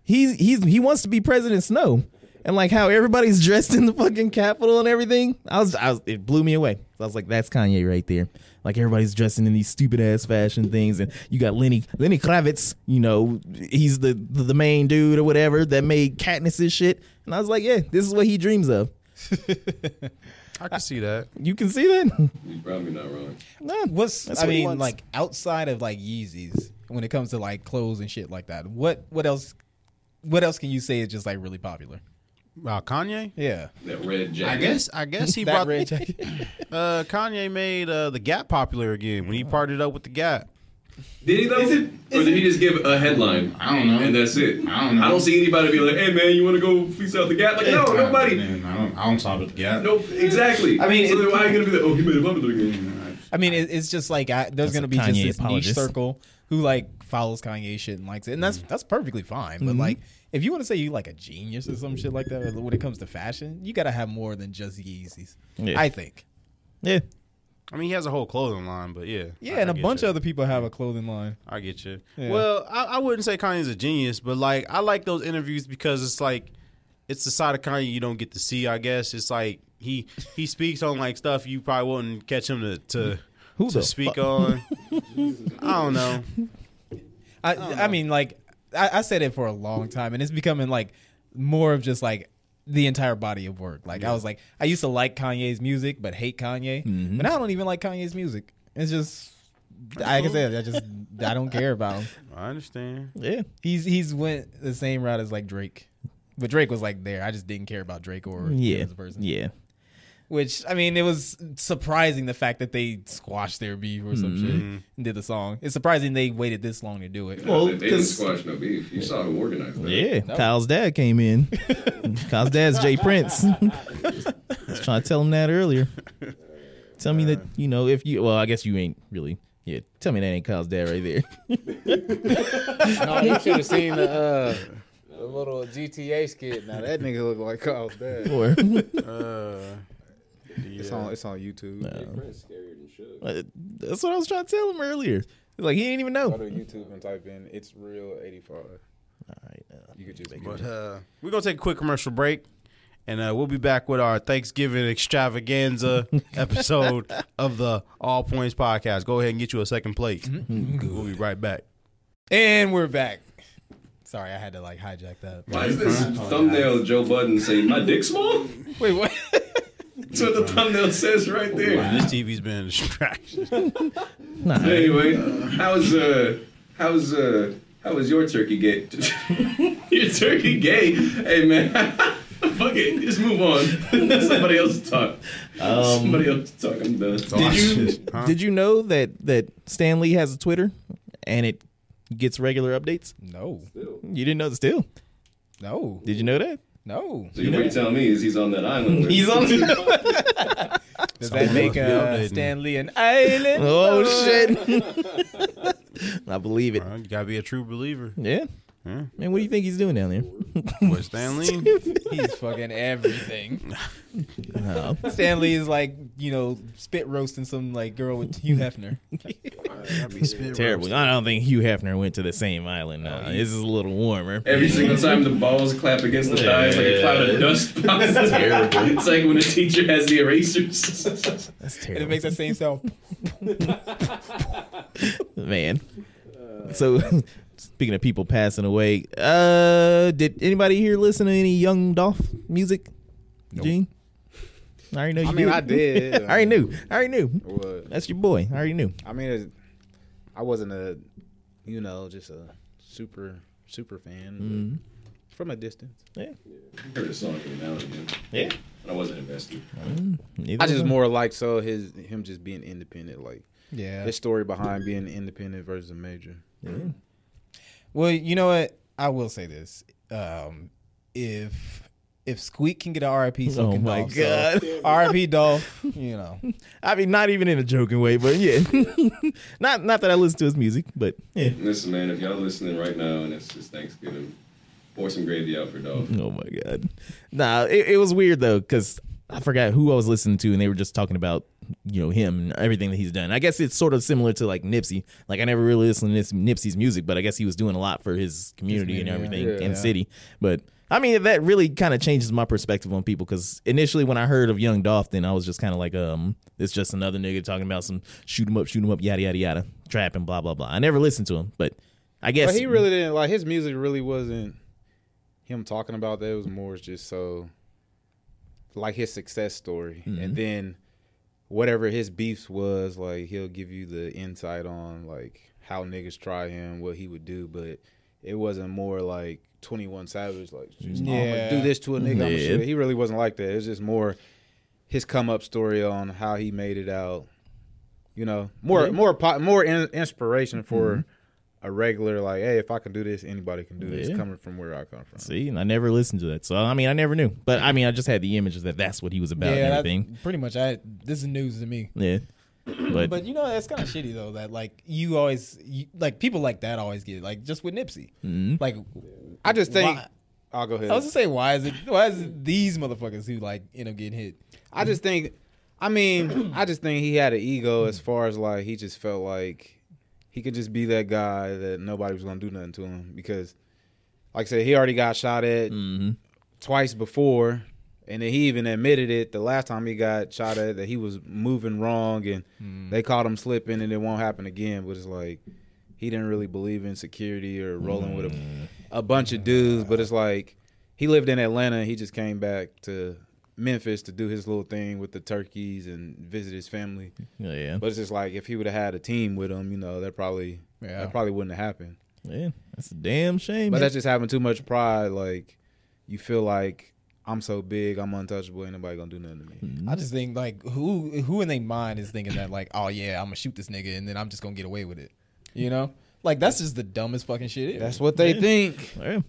he's he's he wants to be President Snow, and like how everybody's [LAUGHS] dressed in the fucking Capitol and everything. I was, I was it blew me away. I was like, that's Kanye right there. Like everybody's dressing in these stupid ass fashion things, and you got Lenny Lenny Kravitz. You know, he's the the, the main dude or whatever that made Katniss's shit. And I was like, yeah, this is what he dreams of. I can see that. You can see that. [LAUGHS] You're probably not wrong. Nah, What's That's I what he mean, wants. like outside of like Yeezys, when it comes to like clothes and shit like that, what what else what else can you say is just like really popular? Wow, Kanye. Yeah. That red jacket. I guess I guess he that brought red jacket. [LAUGHS] uh Kanye made uh the Gap popular again when he partied up with the Gap. Did he though? or did he just give a headline? I don't know. And that's it. I don't know. I don't see anybody be like, "Hey man, you want to go fleece out the gap?" Like, no, nobody. Man, I don't. I don't talk about the gap. Nope. Exactly. I mean, so it- then why are you gonna be like, "Oh, he made a popular again"? I mean, it, it's just like I, there's That's a going to be just Kanye this apologist. Mm. niche circle who like follows Kanye shit and likes it, and that's that's perfectly fine. But Mm-hmm. like, if you want to say you like a genius or some shit like that, or when it comes to fashion, you got to have more than just Yeezys. Yeah. I think. yeah. I mean, he has a whole clothing line, but yeah. Yeah, I- and I a get bunch you. of other people have a clothing line. I get you. Yeah. Well, I, I wouldn't say Kanye's a genius, but like I like those interviews because it's like it's the side of Kanye you don't get to see. I guess it's like he he speaks on like stuff you probably wouldn't catch him to to, Who to the speak fuck? on. I don't know. I, I, mean, like, I, I said it for a long time, and it's becoming like more of just like the entire body of work. Like, I was like, I used to like Kanye's music, but hate Kanye, Mm-hmm. but now I don't even like Kanye's music. It's just, like I said, I just I don't care [LAUGHS] about him. I understand. Yeah. He's he's went the same route as like Drake, but Drake was like there. I just didn't care about Drake or him Yeah. as a person. Yeah. Which I mean, it was surprising the fact that they squashed their beef or Mm-hmm. some shit and did the song. It's surprising they waited this long to do it. Well, they didn't 'cause- squash no beef. You saw who organized that. Yeah, Kyle's dad came [LAUGHS] in. Kyle's dad's Jay [LAUGHS] Prince. I was trying to tell him that earlier. Tell me that you know if you well, I guess you ain't really. Yeah, tell me that ain't Kyle's dad right there. No, you should have seen the, uh, the little GTA skit. Now that nigga look like oh, Kyle's dad. [LAUGHS] Or Uh, It's yeah. on it's on YouTube. Prince scarier than Suge. uh, [LAUGHS] that's what I was trying to tell him earlier. Like he didn't even Go know. to YouTube and type in "It's Real '85." You could just But uh, we're gonna take a quick commercial break, and uh, we'll be back with our Thanksgiving [LAUGHS] extravaganza episode of the All Points Mm-hmm. Podcast. Go ahead and get you a second plate. we'll be right back. And we're back. Sorry, I had to like hijack that. Why is this thumbnail Joe Budden saying my dick small? [LAUGHS] Wait, what? That's what the thumbnail says right there. This TV's been a distraction. Anyway, how's uh, how's uh, how was your turkey gay? [LAUGHS] your turkey gay? Hey man, [LAUGHS] fuck it, just move on. [LAUGHS] Let Somebody else talk. Um, Somebody else talk. I'm done. Did you Huh? did you know that that Stan Lee has a Twitter and it gets regular updates? No, You didn't know that still. no, Did you know that? no. So what you're telling me is he's on that island. Where He's on. [LAUGHS] Does Someone that make must be uh, updating. Stan Lee an island? [LAUGHS] oh shit! I believe it. Well, you gotta be a true believer. Yeah. [LAUGHS] Yeah. Man, what do you think he's doing down there? What Stanley? He's [LAUGHS] fucking everything. Oh. Stan Lee is like you know spit roasting some like girl with Hugh Hefner. Terrible. I don't think Hugh Hefner went to the same island. No, this is a little warmer. Every single time the balls clap against the thigh, it's like a cloud [LAUGHS] of dust. pops. terrible. It's like when a teacher has the erasers. [LAUGHS] That's And terrible. it makes that same sound. Man. Uh, So, [LAUGHS] speaking of people passing away, uh, did anybody here listen to any Young Dolph music? Gene? I already know you I mean, did. [LAUGHS] I did. I already knew. I already knew. What? That's your boy. I already knew. I mean, it, I wasn't a, you know, just a super super fan but from a distance. I heard a song every now and again, Yeah. and I wasn't invested. I just more like so his him just being independent, like Yeah. his story behind being independent versus a major. Well, you know what? I will say this. Um, if if Squeak can get an RIP, so Oh can my Dolph. god! Oh So RIP Dolph. You know, [LAUGHS] I mean, not even in a joking way, but yeah. [LAUGHS] not not that I listen to his music, but yeah. Listen, man, if y'all listening right now and it's, it's Thanksgiving, pour some gravy out for Dolph. [LAUGHS] Oh my god. Nah, it, it was weird though because I forgot who I was listening to, and they were just talking about you know him and everything that he's done. I guess it's sort of similar to like Nipsey. Like I never really listened to Nips- Nipsey's music, but I guess he was doing a lot for his community and everything yeah. and Yeah. city. But I mean, that really kind of changes my perspective on people because initially when I heard of Young Dolph, then I was just kind of like, um, it's just another nigga talking about some shoot him up, shoot him up, yada yada yada, trap and blah blah blah. I never listened to him, but I guess But he really didn't like his music. Really wasn't him talking about that. It was more just so like his success story, and then whatever his beefs was, like he'll give you the insight on like how niggas try him, what he would do. But it wasn't more like Twenty One Savage, like just, Yeah. I'm gonna do this to a nigga. I'ma Yeah. shoot it." He really wasn't like that. It was just more his come up story on how he made it out. You know, more more po- more in, inspiration for a regular like, hey, if I can do this, anybody can do this. Mm-hmm. Yeah. Coming from where I come from. See, and I never listened to that. So I mean, I never knew. But I mean, I just had the images that that's what he was about and yeah, everything. that, pretty much. I this is news to me. yeah. But, But you know, that's kind of shitty though. That like you always you, like people like that always get like just with Nipsey. Mm-hmm. Like I just think Why- I'll go ahead. I was gonna say, why is it? Why is it these motherfuckers who like end up getting hit? I just think, I mean, I just think he had an ego as far as like he just felt like he could just be that guy that nobody was gonna do nothing to him because, like I said, he already got shot at twice before, and then he even admitted it the last time he got shot at that he was moving wrong and they caught him slipping and it won't happen again. But it's like he didn't really believe in security or rolling with a, a bunch of dudes. But it's like he lived in Atlanta. and He just came back to Memphis to do his little thing with the turkeys and visit his family. yeah, yeah, But it's just like if he would have had a team with him, you know, that probably Yeah. that probably wouldn't have happened. yeah, that's a damn shame. But man. that's just having too much pride. Like you feel like I'm so big, I'm untouchable. Ain't nobody gonna do nothing to me. Mm-hmm. I just think like who who in their mind is thinking that like, oh yeah, I'm gonna shoot this nigga and then I'm just gonna get away with it. You know, like that's just the dumbest fucking shit. That's what they think. Yeah.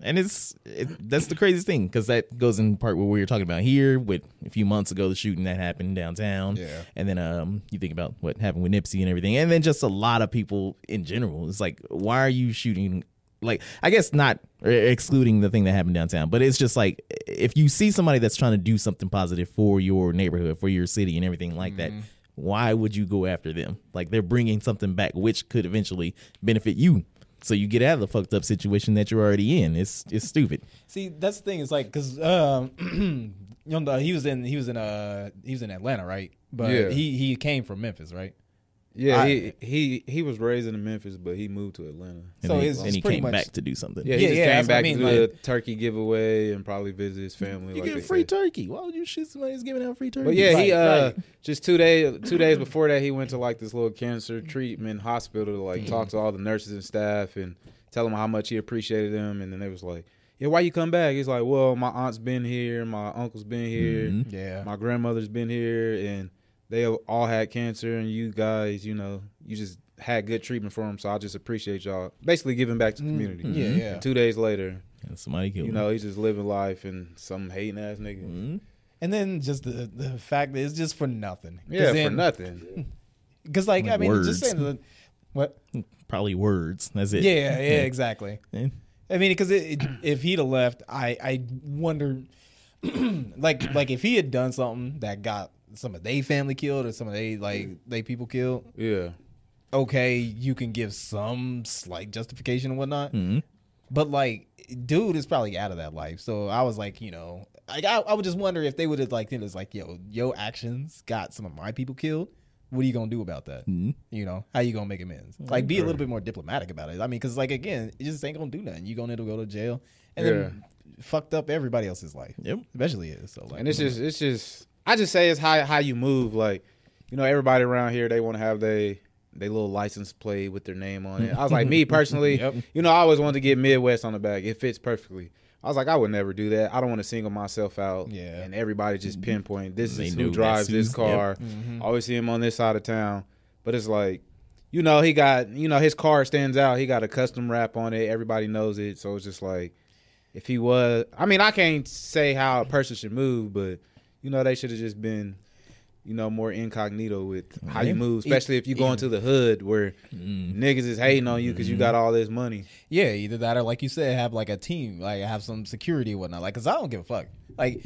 And it's it, that's the craziest thing because that goes in part what we were talking about here with a few months ago the shooting that happened downtown, Yeah. And then um you think about what happened with Nipsey and everything, and then just a lot of people in general. It's like why are you shooting? Like I guess not uh, excluding the thing that happened downtown, but it's just like if you see somebody that's trying to do something positive for your neighborhood, for your city, and everything like that. Why would you go after them? Like they're bringing something back which could eventually benefit you. So you get out of the fucked up situation that you're already in. It's it's stupid. See, that's the thing. It's like because um, [CLEARS THROAT] Young Dog, he was in he was in uh he was in Atlanta, right? But Yeah. he he came from Memphis, right? Yeah, I- he, he he was raised in Memphis, but he moved to Atlanta. So and, he- it's- and it's he pretty came much- back to do something. Yeah, he Yeah, just yeah, came that's what I back mean, to do the turkey giveaway and probably visit his family. You like get they free said. turkey. Why would you shoot somebody who's giving out free turkey? But yeah, he Right, uh just two day two days before that he went to like this little cancer treatment hospital to like talk to all the nurses and staff and tell them how much he appreciated them and then they was like, Yeah, why you come back? He's like, Well, my aunt's been here, my uncle's been here, Yeah. my grandmother's been here and they all had cancer and you guys, you know, you just had good treatment for them, so I just appreciate y'all. Basically giving back to the community. Yeah, yeah. Two days later, And somebody killed you him. know, he's just living life and some hating ass nigga. Mm-hmm. And then just the, the fact that it's just for nothing. Yeah, for nothing. Because like, I mean, Words. just saying the, what? Probably words. That's it. Yeah, yeah, exactly. Yeah. I mean, because it, it- if he'd have left, I I wonder, [CLEARS THROAT] like like if he had done something that got some of they family killed or some of they like they people killed. Yeah. Okay, you can give some slight justification and whatnot, but like, dude is probably out of that life. So I was like, you know, like I, I would just wonder if they would have like, it was like, yo, your actions got some of my people killed. What are you gonna do about that? You know, how you gonna make amends? Like, be a little bit more diplomatic about it. I mean, because like again, it just ain't gonna do nothing. You gonna need to go to jail and then fucked up everybody else's life. Yep. especially his. So like, And it's just it's just I just say it's how how you move. Like, you know, everybody around here they want to have they they little license plate with their name on it. I was [LAUGHS] like, me personally, you know, I always wanted to get Midwest on the back. It fits perfectly. I was like, I would never do that. I don't want to single myself out. Yeah. Mm-hmm. And everybody just pinpoint this They is knew who drives that's this who's- car. Always see him on this side of town. But it's like, you know, he got you know his car stands out. He got a custom wrap on it. Everybody knows it. So it's just like if he was i mean i can't say how a person should move but you know they should have just been you know more incognito with how you move especially if you go into the hood where Mm-hmm. niggas is hating on you because you got all this money Yeah, either that or like you said, have like a team, like have some security and whatnot. Like, cause I don't give a fuck. Like,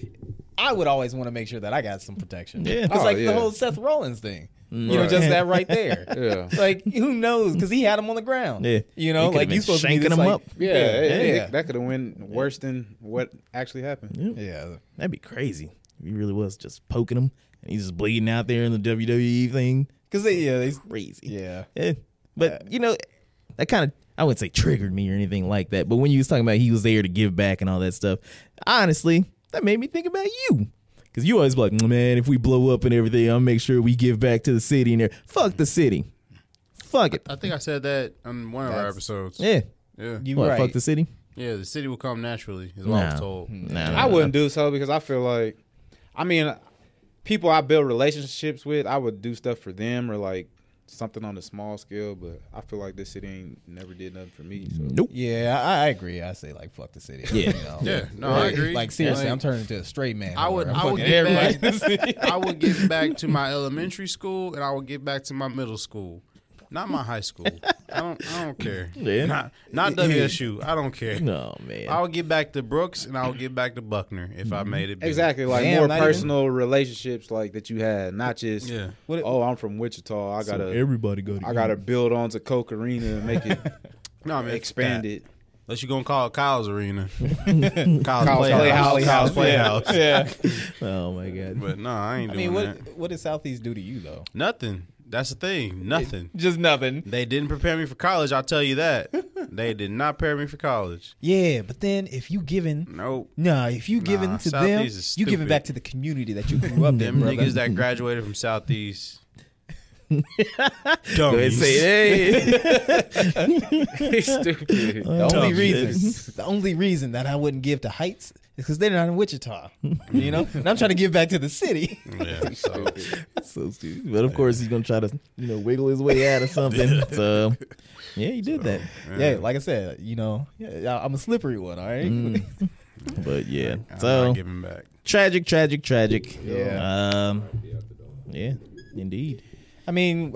I would always want to make sure that I got some protection. Yeah. it's Oh, like yeah. the whole Seth Rollins thing. You know, just Right. that right there. Yeah. Like, who knows? Cause he had him on the ground. Yeah. You know, He coulda like been you supposed to be shanking this, him like- up. [LAUGHS] yeah, it- it- yeah. that could have went worse than what actually happened Yeah. That'd be crazy. If he really was just poking him and he's just bleeding out there in the WWE thing. Cause they, yeah, they, Crazy. yeah. Eh, But Uh, you know, that kind of I wouldn't say triggered me or anything like that. But when you was talking about he was there to give back and all that stuff, honestly, that made me think about you. Cause you always be like, man, if we blow up and everything, I'll make sure we give back to the city and there. Fuck the city. Fuck it. I think I said that on one of our episodes. Yeah. yeah, You What, right. fuck the city? Yeah, The city will come naturally, is what I was told. Nah. i wouldn't do so because i feel like i mean people i build relationships with i would do stuff for them or like something on a small scale but i feel like this city ain't never did nothing for me so Nope. Yeah, I, I agree. I say like fuck the city. Yeah. You know? Yeah, no, I Like, agree. like seriously, Like, I'm turning into a straight man. I would, I'm I would fucking get [LAUGHS] everybody. back. I would get back to my elementary school, and I would get back to my middle school, not my high school. I don't, I don't care. Yeah. Not, not WSU. I don't care. No man. I would get back to Brooks, and I would get back to Buckner if I made it. big. Exactly, like Damn, more not even- personal relationships like that you had, not just Yeah. oh I'm from Wichita, I gotta everybody go to I gotta build onto Coke Arena and make it No, I mean expand it. Unless you gonna call it Kyle's Arena, Kyle's, Playhouse. Playhouse, Kyle's Playhouse. yeah. Oh my [LAUGHS] god. But no, I ain't I doing mean, that. what what does Southeast do to you though? Nothing. That's the thing. Nothing. Just nothing. They didn't prepare me for college. I'll tell you that. they did not prepare me for college. Yeah, but then if you giving Nope. nah, if you giving Nah, to them, Southeast is you giving stupid. back to the community that you grew up in, Them brother. niggas that graduated from Southeast. Dummies. [LAUGHS] Say, hey. Stupid. the only dumb reason, the only reason that I wouldn't give to Heights is because they're not in Wichita, [LAUGHS] you know. And I'm trying to give back to the city. yeah, so so stupid. But of course he's gonna try to you know wiggle his way out of [LAUGHS] something. so yeah, he did that. yeah, like I said, you know, yeah, I'm a slippery one. All right, Mm. Mm. But yeah, I'm so not giving back. tragic, tragic, tragic. Yeah. Um. Yeah. Indeed. I mean,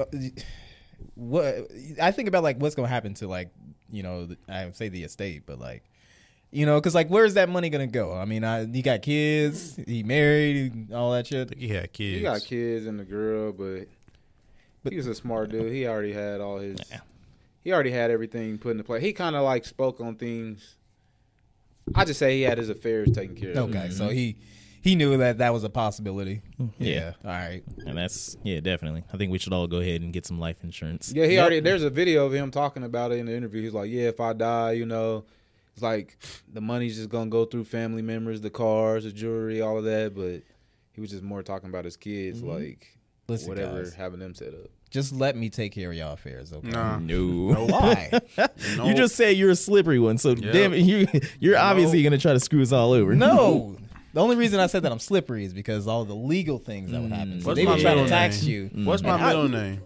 what I think about like what's gonna happen to like you know the- I would say the estate, but like you know because like where's that money gonna go? I mean, I, he got kids, he married, all that shit. He had kids. He got kids and a girl, but, he was a smart dude. He already had all his. He already had everything put into play. He kind of like spoke on things. I just say he had his affairs taken care of. Okay, so he he knew that that was a possibility. Mm-hmm. Hmm, Yeah. All right. And that's yeah, definitely. I think we should all go ahead and get some life insurance. Yeah, he already. There's a video of him talking about it in the interview. He's like, "Yeah, if I die, you know, it's like the money's just gonna go through family members, the cars, the jewelry, all of that." But he was just more talking about his kids, like Mm-hmm. Listen, whatever, guys. having them set up. Just let me take care of y'all affairs. Okay. Nah. No. [LAUGHS] Why? No. You just say you're a slippery one, so damn it, you you're obviously gonna try to screw us all over. no. The only reason I said that I'm slippery is because all the legal things that would Mm. happen. So What's they my would try to middle tax name? Mm. you, What's my middle name?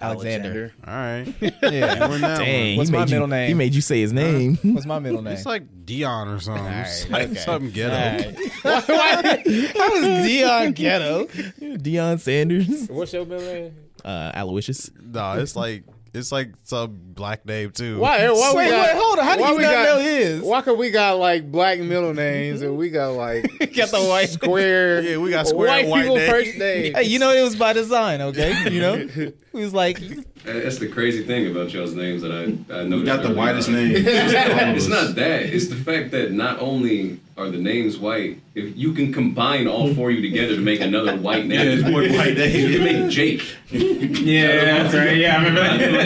Alexander. All right. Yeah. We're now- Dang, What's he made my you- middle name? He made you say his name. [LAUGHS] What's my [LAUGHS] middle name? It's like Dion or something. It's All like right, okay. something ghetto. How is Dion ghetto? [LAUGHS] Deion Sanders, What's your middle name? uh, Aloysius. Nah, it's like it's like some black name too. Why? Why Wait, we got, wait, hold on. How do why you we not got, know his? Why could we got like black middle names and we got like Got the white- square? Yeah, we got square white people names. first name. Hey, you know it was by design, okay? You know, it was like That- That's the crazy thing about y'all's names that I, I know. You got the whitest [LAUGHS] name. it's not that. It's the fact that not only are the names white, if you can combine all four of you together to make another white Yeah, name, it's one white [LAUGHS] you can name. make Jake. Yeah, that's right. Yeah, I remember that.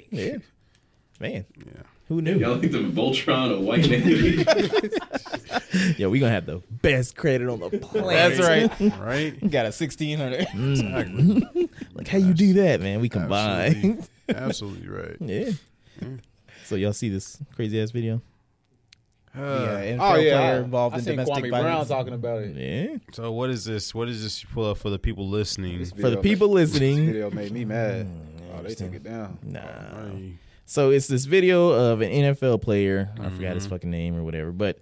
Yep. Yeah, man. Yeah. Who knew? Y'all think the Voltron a white [LAUGHS] name? [LAUGHS] Yo, we gonna have the best credit on the planet. that's right. [LAUGHS] Right? Got a sixteen hundred. Exactly. Like how you do that, man? We combine. Absolutely right. [LAUGHS] yeah. So y'all see this crazy ass video? Uh, Oh yeah, player I- involved I in seen domestic Kwame Brown violence. talking about it. Yeah. So what is this? What is this you pull up for the people listening? For the people This listening, video made me mad. Oh, they took it down. nah. Hey, So it's this video of an NFL player. I forgot Mm-hmm. his fucking name or whatever, but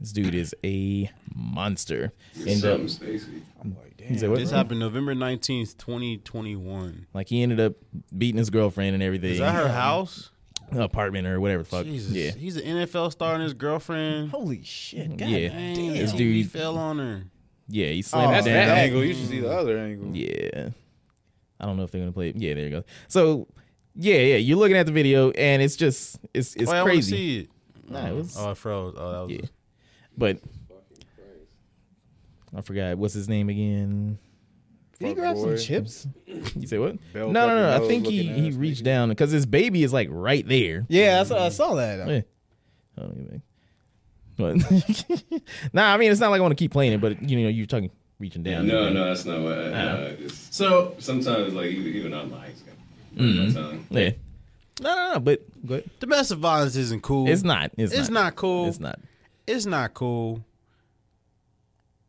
this dude is a monster. And uh, Something, Stacy. I'm like, damn. he said, what? This happened November nineteenth, twenty twenty one. Like he ended up beating his girlfriend and everything. Is that her house? apartment or whatever the fuck? Jesus. Uh, Yeah. He's an NFL star and his girlfriend. Holy shit! God. yeah. Damn, This he dude fell on her. Yeah, he slammed Oh, That's it that down. angle. You should see the other angle. Yeah. I don't know if they're gonna play it. Yeah, there you go. So yeah, yeah, you're looking at the video and it's just it's it's Wait, I want to crazy. see it. Nah, it was- oh, I froze. Oh, that was. Yeah. But I forgot what's his name again. Did he Fuck grab boy. some chips? You say what? No, Belt no, up no. and I nose think he, looking he ass reached nigga. down because his baby is like right there. Yeah, I saw, I saw that. Yeah. Hold on, give me- What? [LAUGHS] nah, I mean it's not like I want to keep playing it, but you know you're talking reaching down. No, no, that's not what. I, no, I just, So sometimes, like even, even on my, it's got- Mm-hmm. my tongue. Yeah. No, no, no. But go ahead. Domestic violence isn't cool. it's not. It's, It's not cool. It's not. It's not cool.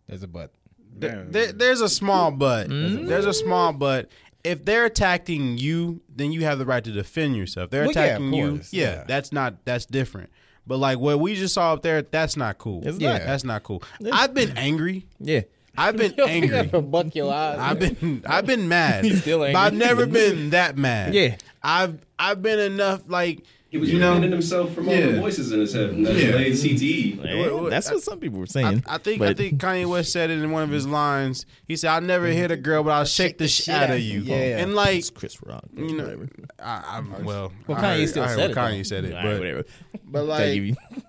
There's a butt. [LAUGHS] Damn. There, there's a small but. There's a small but. If they're attacking you, then you have the right to defend yourself. They're Well, yeah, of attacking you. course, Yeah, yeah. that's not that's different. But like what we just saw up there, that's not cool. It's yeah, not. that's not cool. I've been angry. Yeah. I've [LAUGHS] been angry. buck your eyes. [LAUGHS] I've been I've been mad. still But I've angry. never been that mad. Yeah. I've I've been enough like He was You know? defending himself from all the Yeah. voices in his head. And that Yeah. delayed CTE. Eh, what- that's what some people were saying. I, I think I but- think Kanye West said it in one of his lines. He said, "I'll never hit a girl, but I'll shake the shit out of you." Yeah. And like, it's Chris Rock. or you know, whatever. I, I'm well. Well, I Kanye heard- still I heard said what it, though. Kanye said it, All but right, whatever. [LAUGHS] but Can't give like you-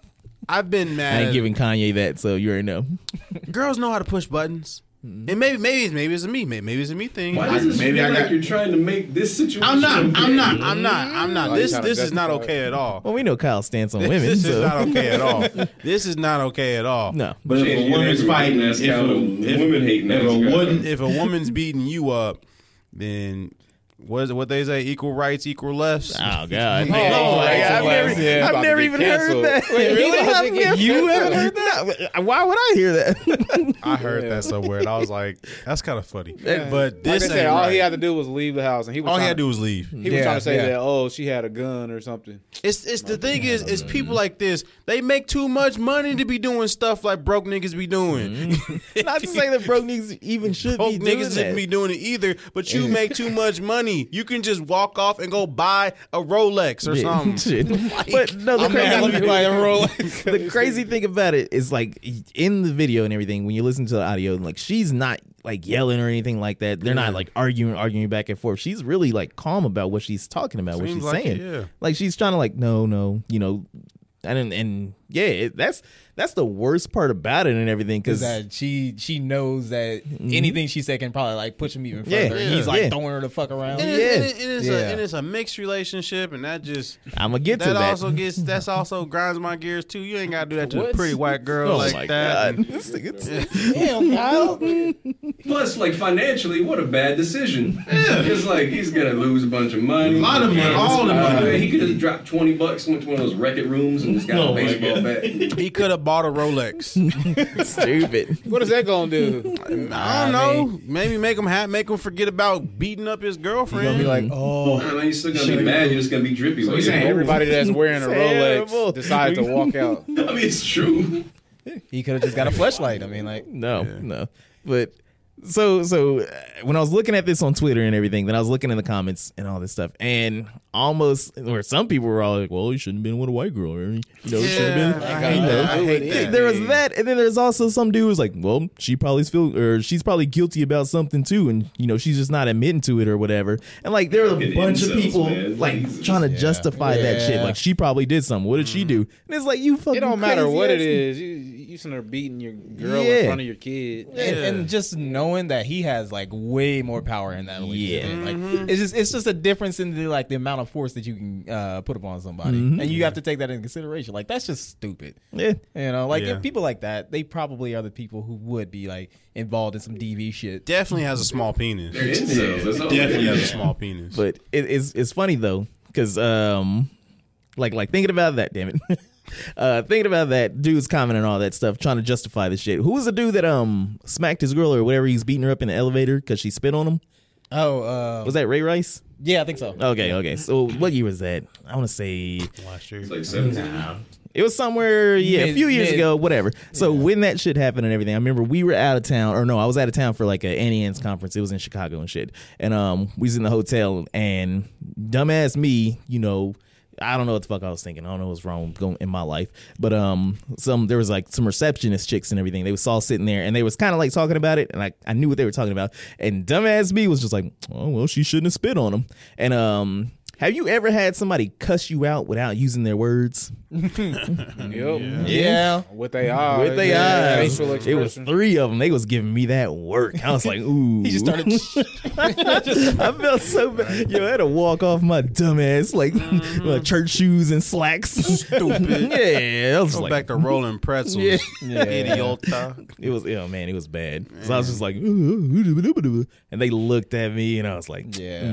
I've been I ain't mad. giving Kanye that, so you already know. Girls know how to push buttons, and maybe maybe it's maybe it's a me, maybe, maybe it's a me thing. Why does this Maybe feel I like got- you're trying to make this situation? I'm not. I'm not. okay? I'm not. I'm not. you This trying to this is not justify it. okay at all. Well, we know Kyle stance on This, women, this so is not okay at all. This is not okay at all. [LAUGHS] no. But if Change a your name woman's from fighting, hating ass if a, cow to if, woman hating if ass a cow. [LAUGHS] wooden, If [LAUGHS] a woman's beating you up, then what is it, what they say? Equal rights, equal lefts. Oh [LAUGHS] God! Yeah, Oh, like, I've yeah, never, yeah, I've about to never get even canceled. heard that. [LAUGHS] Wait, really? I think it- you haven't heard that? Why would I hear that? [LAUGHS] I heard that somewhere, and I was like, "That's kind of funny." But Like this I said, ain't all right. he had to do was leave the house, and he was all he trying had to do was leave. He was Yeah, trying to say yeah. that oh she had a gun or something. It's it's the thing is is people like this they make too much money to be doing stuff like broke niggas be doing. Not [LAUGHS] to say that broke niggas even should [LAUGHS] broke be doing niggas that. shouldn't be doing it either, but you make too much money. You can just walk off and go buy a Rolex or Yeah, [LAUGHS] something. shit. but no, the crazy, [LAUGHS] the [LAUGHS] crazy thing about it is like in the video and everything. When you listen to the audio, like she's not like yelling or anything like that. They're not like arguing, arguing back and forth. She's really like calm about what she's talking about, what Seems she's like saying. it, yeah. Like she's trying to like no, no, you know, and and yeah, it, that's that's the worst part about it and everything Because because that she she knows that anything she said can probably like push him even Yeah, further. And he's like yeah. throwing her the fuck around. And, Yeah. it, and, it, and it's Yeah. a, and it's a mixed relationship, and that just I'm gonna get that, to that. also gets that's also grinds my gears too. You ain't gotta do that to a What? pretty white [LAUGHS] girl oh like my that. god, [LAUGHS] This nigga- Damn, Kyle. Plus, like financially, what a bad decision. It's like he's gonna lose a bunch of money. A lot of money, all the money. He could have dropped twenty bucks, went to one of those record rooms, and just got Oh a baseball [LAUGHS] bat. [LAUGHS] He could have bought a Rolex. stupid. What is that gonna [LAUGHS] do? I don't know. Maybe make him ha- make him forget about beating up his girlfriend. Gonna be Mm. like, oh, I mean, you're still gonna be mad. You're just gonna be drippy. You with saying it. everybody that's wearing a Terrible. Rolex decided to walk out? [LAUGHS] I mean, it's true. he could have just got a flashlight. I mean, like, No, no. But so so uh, when I was looking at this on Twitter and everything, then I was looking in the comments and all this stuff, and almost or some people were all like, "Well, you shouldn't have been with a white girl." Or, you know, you should have been. I you hate know. that. I hate Th- that. There was that, and then there's also some dude who's like, "Well, she probably feel or she's probably guilty about something too, and you know she's just not admitting to it or whatever." And like there were a Fucking bunch of incels, people man. like trying to justify that shit, Yeah. like she probably did something. What did she do? And it's like you fucking. It don't matter crazy what it ass- is. You you sitting there beating your girl Yeah. in front of your kid. and, Yeah. and just knowing that he has like way more power in that relationship. Like it's just it's just a difference in the like the amount of force that you can uh, put upon somebody, Mm-hmm. and you have to take that into consideration. Like that's just stupid. Yeah. You know, like Yeah. if people like that, they probably are the people who would be like involved in some DV shit. Definitely has a small penis. They're incels. That's all it Definitely has a is. small penis. but it, it's it's funny though because um like like thinking about that damn it [LAUGHS] uh thinking about that dude's comment and all that stuff trying to justify the shit who was the dude that um smacked his girl or whatever he's beating her up in the elevator because she spit on him Oh, uh, was that ray rice yeah, I think so. okay okay so what year was that i want to say Last year. It's like seventeen. it was somewhere yeah a Mid- few years mid- ago whatever so when that shit happened and everything i remember we were out of town or no i was out of town for like a annie ann's conference it was in chicago and shit and um we was in the hotel and dumbass me you know I don't know what the fuck I was thinking. I don't know what's wrong going in my life, but um, some there was like some receptionist chicks and everything. They was all sitting there and they was kind of like talking about it, and I, I knew what they were talking about. And dumbass me was just like, oh well, she shouldn't have spit on him. And um, have you ever had somebody cuss you out without using their words? Yep. Yeah. With they eyes. with their yeah, eyes. It facial was expression. three of them. They was giving me that work. I was like, ooh. He just started. [LAUGHS] I felt so bad. [LAUGHS] Yo, I had to walk off my dumb ass like [LAUGHS] my church shoes and slacks. Stupid. [LAUGHS] yeah, I was Go like, back to rolling pretzels. Yeah. Idiota. it was. Oh man, it was bad. So I was just like, and they looked at me, and I was like, yeah.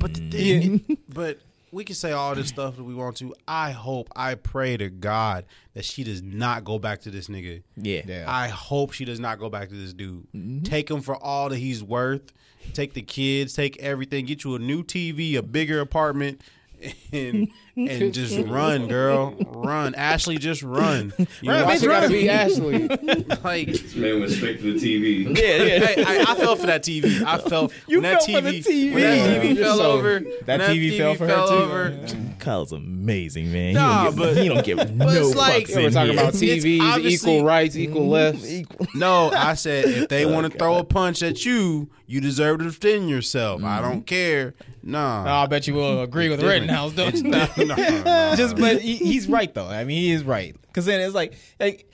But the thing, but we can say all this stuff that we want to. I hope, I pray to God that she does not go back to this nigga. yeah, Yeah. Mm-hmm. I hope she does not go back to this dude. Take him for all that he's worth. Take the kids. Take everything. Get you a new TV, a bigger apartment, [LAUGHS] and and just run, girl, run. Ashley, just run. You Why watch she gotta [LAUGHS] [LAUGHS] be Ashley? it, like This man went straight to the [LAUGHS] TV. yeah, yeah. [LAUGHS] Hey, I, I fell for that TV. I fell. You when that fell for the TV, TV. When that TV You're fell [LAUGHS] so- over. that when TV fell for her too. over. Kyle's amazing, man. Nah, he don't give, [LAUGHS] [LAUGHS] but- he don't give no it's like- fucks. Yeah, We're in talking here. about It's TVs, obviously- equal rights, Mm-hmm. equal lefts. No, I said if they want to throw a punch at you, you deserve to defend yourself. I don't care. Oh, Mm-hmm. [LAUGHS] Nah. I bet you will agree with Rittenhouse, don't you? Nah, nah. just [LAUGHS] but he, he's right though. I mean, he is right because then it's like like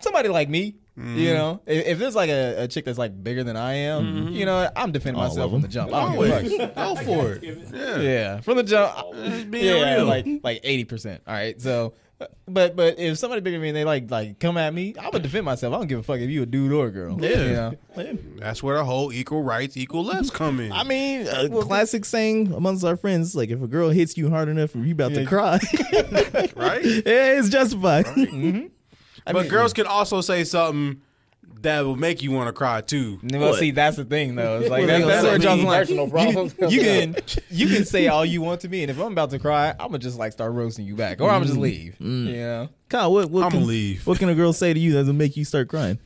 somebody like me. Mm-hmm. You know, if, if there's like a, a chick that's like bigger than I am, you know, I'm defending All of myself them. Oh, from the jump. I don't Always give a fuck. go for it. Yeah. Yeah, from the jump. Just being [LAUGHS] Yeah, real. like like eighty percent. All right, so. But but if somebody bigger than me and they like like come at me, I would defend myself. I don't give a fuck if you a dude or a girl. Yeah. You know? That's where the whole equal rights, equal lefts come [LAUGHS] in. I mean, uh, a classic saying amongst our friends, like if a girl hits you hard enough, you about to cry. [LAUGHS] right? yeah, it's justified. but girls can also say something that will make you want to cry too. Well, see, that's the thing though. It's like What they that's, gonna that's where say? John's like, [LAUGHS] Personal problems. you can you can say all you want to me, and if I'm about to cry, I'm gonna just like start roasting you back, or I'm Mm-hmm. just leave. You know, Kyle, what what I'm can, gonna leave. what can a girl say to you that'll make you start crying?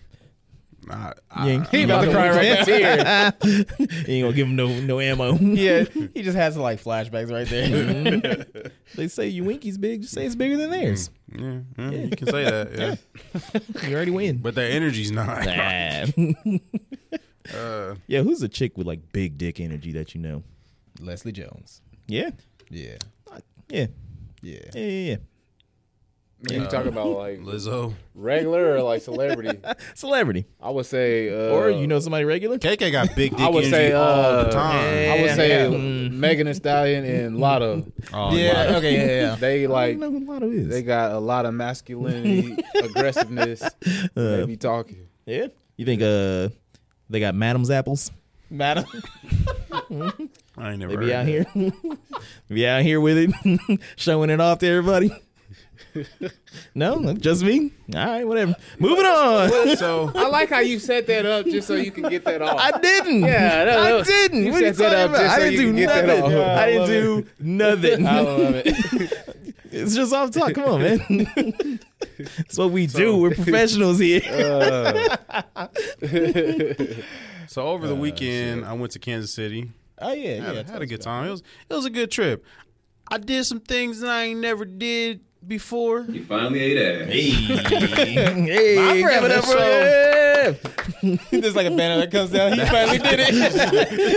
I, You I, ain't, he about to cry right now. you ain't gonna give him no no ammo. yeah, he just has like flashbacks right Mm-hmm. there. [LAUGHS] they say you winky's big, just say it's bigger than theirs. yeah, yeah, you can say that. Yeah. You already [LAUGHS] win. But their energy's not. Uh, [LAUGHS] yeah, who's a chick with like big dick energy that you know? Leslie Jones. Yeah, Yeah, yeah, Uh, yeah. yeah, yeah. yeah. When you talk about [LAUGHS] like Lizzo. regular or like celebrity, Celebrity, I would say. Uh, or you know somebody regular? KK got big dick I would energy say, all the uh, time. I would say Yeah. Megan Thee Stallion and Lotto. Oh, Yeah. Okay. Yeah. Yeah. They I like don't know who Lotto is. they got a lot [LAUGHS] of masculinity, aggressiveness. They Uh, be talking. yeah, you think uh they got Madam's apples? Madam. I ain't never They heard be out that. here, [LAUGHS] be out here with it, [LAUGHS] showing it off to everybody. [LAUGHS] no, just me. All right, whatever. Moving on. So I like how you set that up just so you can get that off. I didn't. Yeah, that- I that- didn't. you what are you set that talking about? up just I so didn't you do can get that nothing. off. I I didn't love do nothing. I love it. [LAUGHS] It's just off talk. Come on, man. [LAUGHS] That's what we do. We're professionals here. so over the weekend, I went to Kansas City. Oh yeah. Had, Yeah. had a good time. It was it was a good trip. I did some things that I ain't never did before. You finally ate [LAUGHS] ass. hey, give it up for F. There's like a banner that comes down. He finally did it.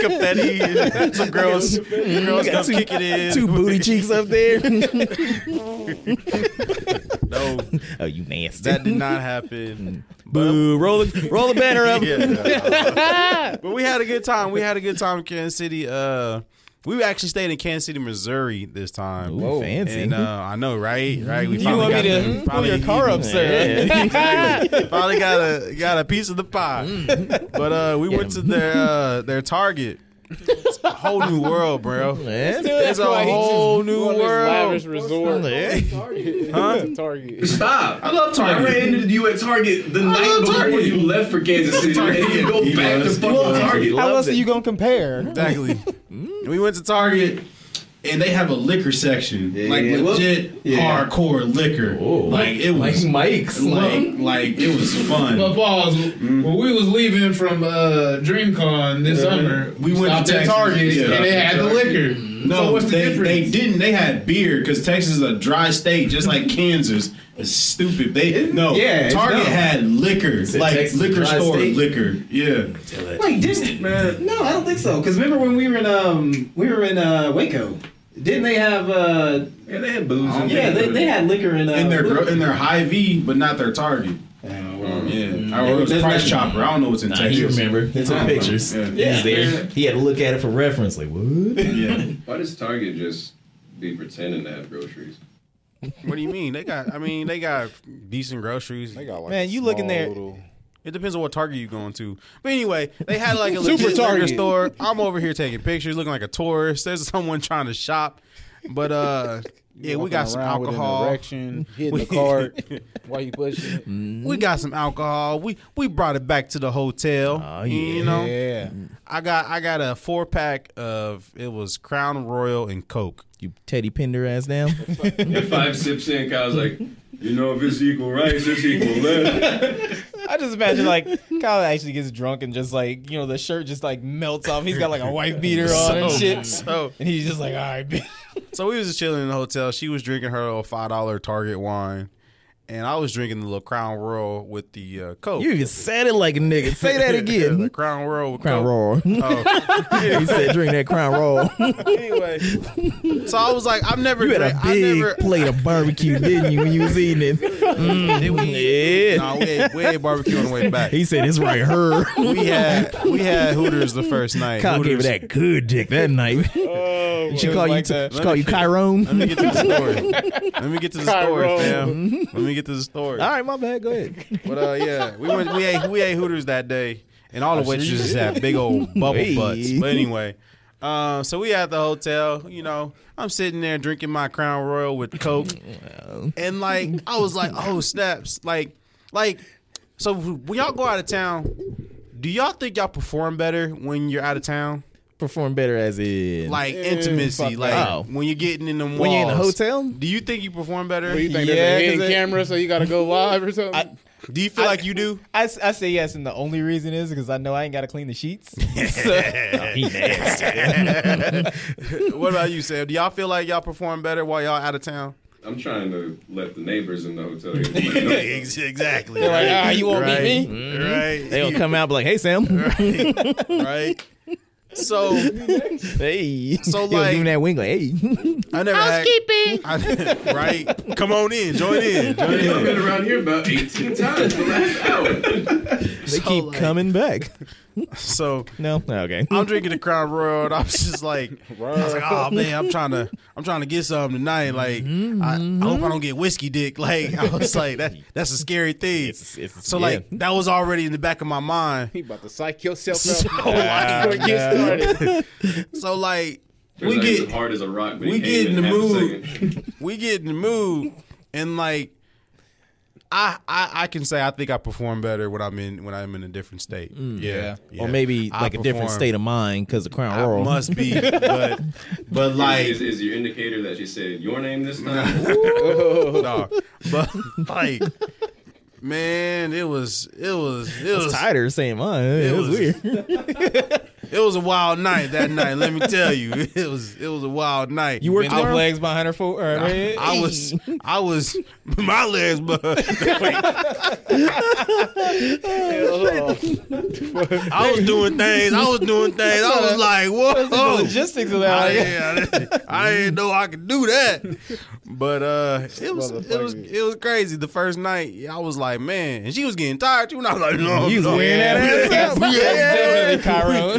[LAUGHS] Confetti, E. some girls, girls Got come two- kick it Uh, in. Two booty cheeks up [LAUGHS] there. No, oh, you nasty. that did not happen. Mm. Boo. Roll the, roll the banner [LAUGHS] up. [LAUGHS] but we had a good time. We had a good time in Kansas City. Uh, we actually stayed in Kansas City, Missouri this time. Ooh, Whoa. fancy. And, uh, I know, right? Right. We You finally want me got to the- pull finally- your car up, [LAUGHS] sir? Finally got [LAUGHS] a got a piece of the pie. Mm. But uh, we went to their uh, their Target. It's a whole new world, bro. Yeah. It's a whole new On this world. lavish resort. Huh? Target. Stop! I love Target. I ran into you at Target the night love before Target. you left for Kansas City, and you go back to fucking Target. How else are you gonna compare? Exactly. Mm. we went to Target. And they have a liquor section, like yeah. legit Yeah. hardcore liquor. Like it was like, Mike's. like it was But fun. Mm-hmm. pause. When we was leaving from uh, DreamCon this summer, We went stopped to at Texas. Target Yeah. and they had the liquor. No, so what's the they, difference? they didn't. They had beer because Texas is a dry state, just like Kansas. It's stupid. They no. yeah, it's Target dumb. had liquor, like Texas is a liquor dry store state. liquor. Yeah, Wait, didn't man? No, I don't think so. Because remember when we were in um we were in uh Waco, didn't they have uh Yeah, they had booze. in yeah there. they, they had liquor in uh, in their gro- Waco. in their high V, but not their Target. Oh, well, Yeah, Mm. or it was That's Price not- Chopper. I don't know what's in Nah, Texas. he remember. They took Yeah. pictures. Yeah. He was there. He had to look at it for reference. Like, what? Yeah. Why does Target just be pretending to have groceries? What do you mean? They got. I mean, they got decent groceries. They got like Man, a you looking small there- little- It depends on what Target you going to. But anyway, they had like a legit liquor Target. store. I'm over here taking pictures, looking like a tourist. There's someone trying to shop. But [LAUGHS] uh yeah, we got walking some around with an alcohol. [LAUGHS] Mm. erection, hitting the cart while you pushing. it. We got some alcohol. We we brought it back to the hotel. Oh, yeah. You know, Yeah. I got I got a four pack of it was Crown Royal and Coke. You Teddy Pinder ass down. And five sips in, Kyle's like, you know, if it's equal rights, it's equal left. I just imagine like Kyle actually gets drunk and just like you know the shirt just like melts off. He's got like [LAUGHS] a white [LAUGHS] beater on and shit, Oh. so- and he's just like, all right, bitch." [LAUGHS] So we was just chilling in the hotel. She was drinking her little five dollar Target wine, and I was drinking the little Crown Royal with the uh, Coke. You even said it like a nigga. Say [LAUGHS] [LAUGHS] that the again. Crown Royal with Crown Coke. Oh. roll. he said, drink that crown roll. anyway, so I was like, I've [LAUGHS] never, You had a drank, I big never. plate of barbecue, didn't you, when you was eating it? Mm, yeah. Nah, we ate, we ate barbecue on [LAUGHS] the way back. He said it's right her. [LAUGHS] We had we had Hooters the first night. Kyle gave her Hooters. that good dick that night. Oh, she call you, like t- that. she call you Let Chiron. me get to the story. Let me get to the story, fam. Let me get to the story. All right, my bad. Go [LAUGHS] ahead. But uh, yeah, we went we ate we ate Hooters that day, and all the waitresses had big [LAUGHS] old bubble Oh, Hey. butts. But anyway, um, so we at the hotel. You know, I'm sitting there drinking my Crown Royal with Coke, and like I was like, oh snaps, like like. So when y'all go out of town, do y'all think y'all perform better when you're out of town? Perform better as in. Like fuck intimacy, like that. Oh. when you're getting in them walls. Eh, when you're in the hotel? Do you think you perform better? What do you think? Yeah, there's a 'cause hidden it- camera, so you got to go live or something. Do you feel like [LAUGHS] you do? I, s- I say yes, and the only reason is because I know I ain't got to clean [LAUGHS] the sheets. [LAUGHS] He nasty. what about you, Sam? Do y'all feel like y'all perform better while y'all out of town? I'm trying to let the neighbors in the hotel. [LAUGHS] Hear exactly. Like, ah, you won't right. "Mm-hmm." beat me. Right. [LAUGHS] They gonna come out be like, hey, Sam. right. So [LAUGHS] Hey, So, Yo, like- give him that wing, like, [LAUGHS] hey, I never housekeeping. Had, I, [LAUGHS] right? Come on in, join in, join in. I've been around here about 18 times the last hour. they keep like- coming back. So No, [LAUGHS] okay. I'm drinking the Crown Royal. And I was just like, I was like, oh man, I'm trying to, I'm trying to get something tonight. Like, I, Mm-hmm. I hope I don't get whiskey dick. Like, I was like, that, that's a scary thing. It's- it's- so yeah. like, that was already in the back of my mind. He about to psych [LAUGHS] yourself So out like, before it [LAUGHS] gets started. [LAUGHS] so like, Turns we out he's get hard as a rock. But we he get came in the half a mood. second. we get in the mood and like I, I I can say I think I perform better when I'm in when I'm in a different state. yeah. Mm. yeah. Or maybe I like a different perform- state of mind because the crown I royal. must be, but but is, [LAUGHS] like is your indicator that she said your name this time? no, but like man, it was it was it [LAUGHS] was tighter saying mine. It, It was, was- weird. [LAUGHS] it was a wild night that night. Let me tell you, [LAUGHS] it was it was a wild night. You work I, tomorrow? legs behind her foot. Or, I, I [LAUGHS] was I was [LAUGHS] my legs, [LAUGHS] but I was doing things. I was doing things. I was like, whoa. logistics of that. Oh. I, [LAUGHS] didn't- I didn't know I could do that. But uh, it was it was it was crazy. The first night, I was like, man, and she was getting tired too, and I was like, no, You was no. wearing that ass out. [LAUGHS] Yeah. Definitely Cairo.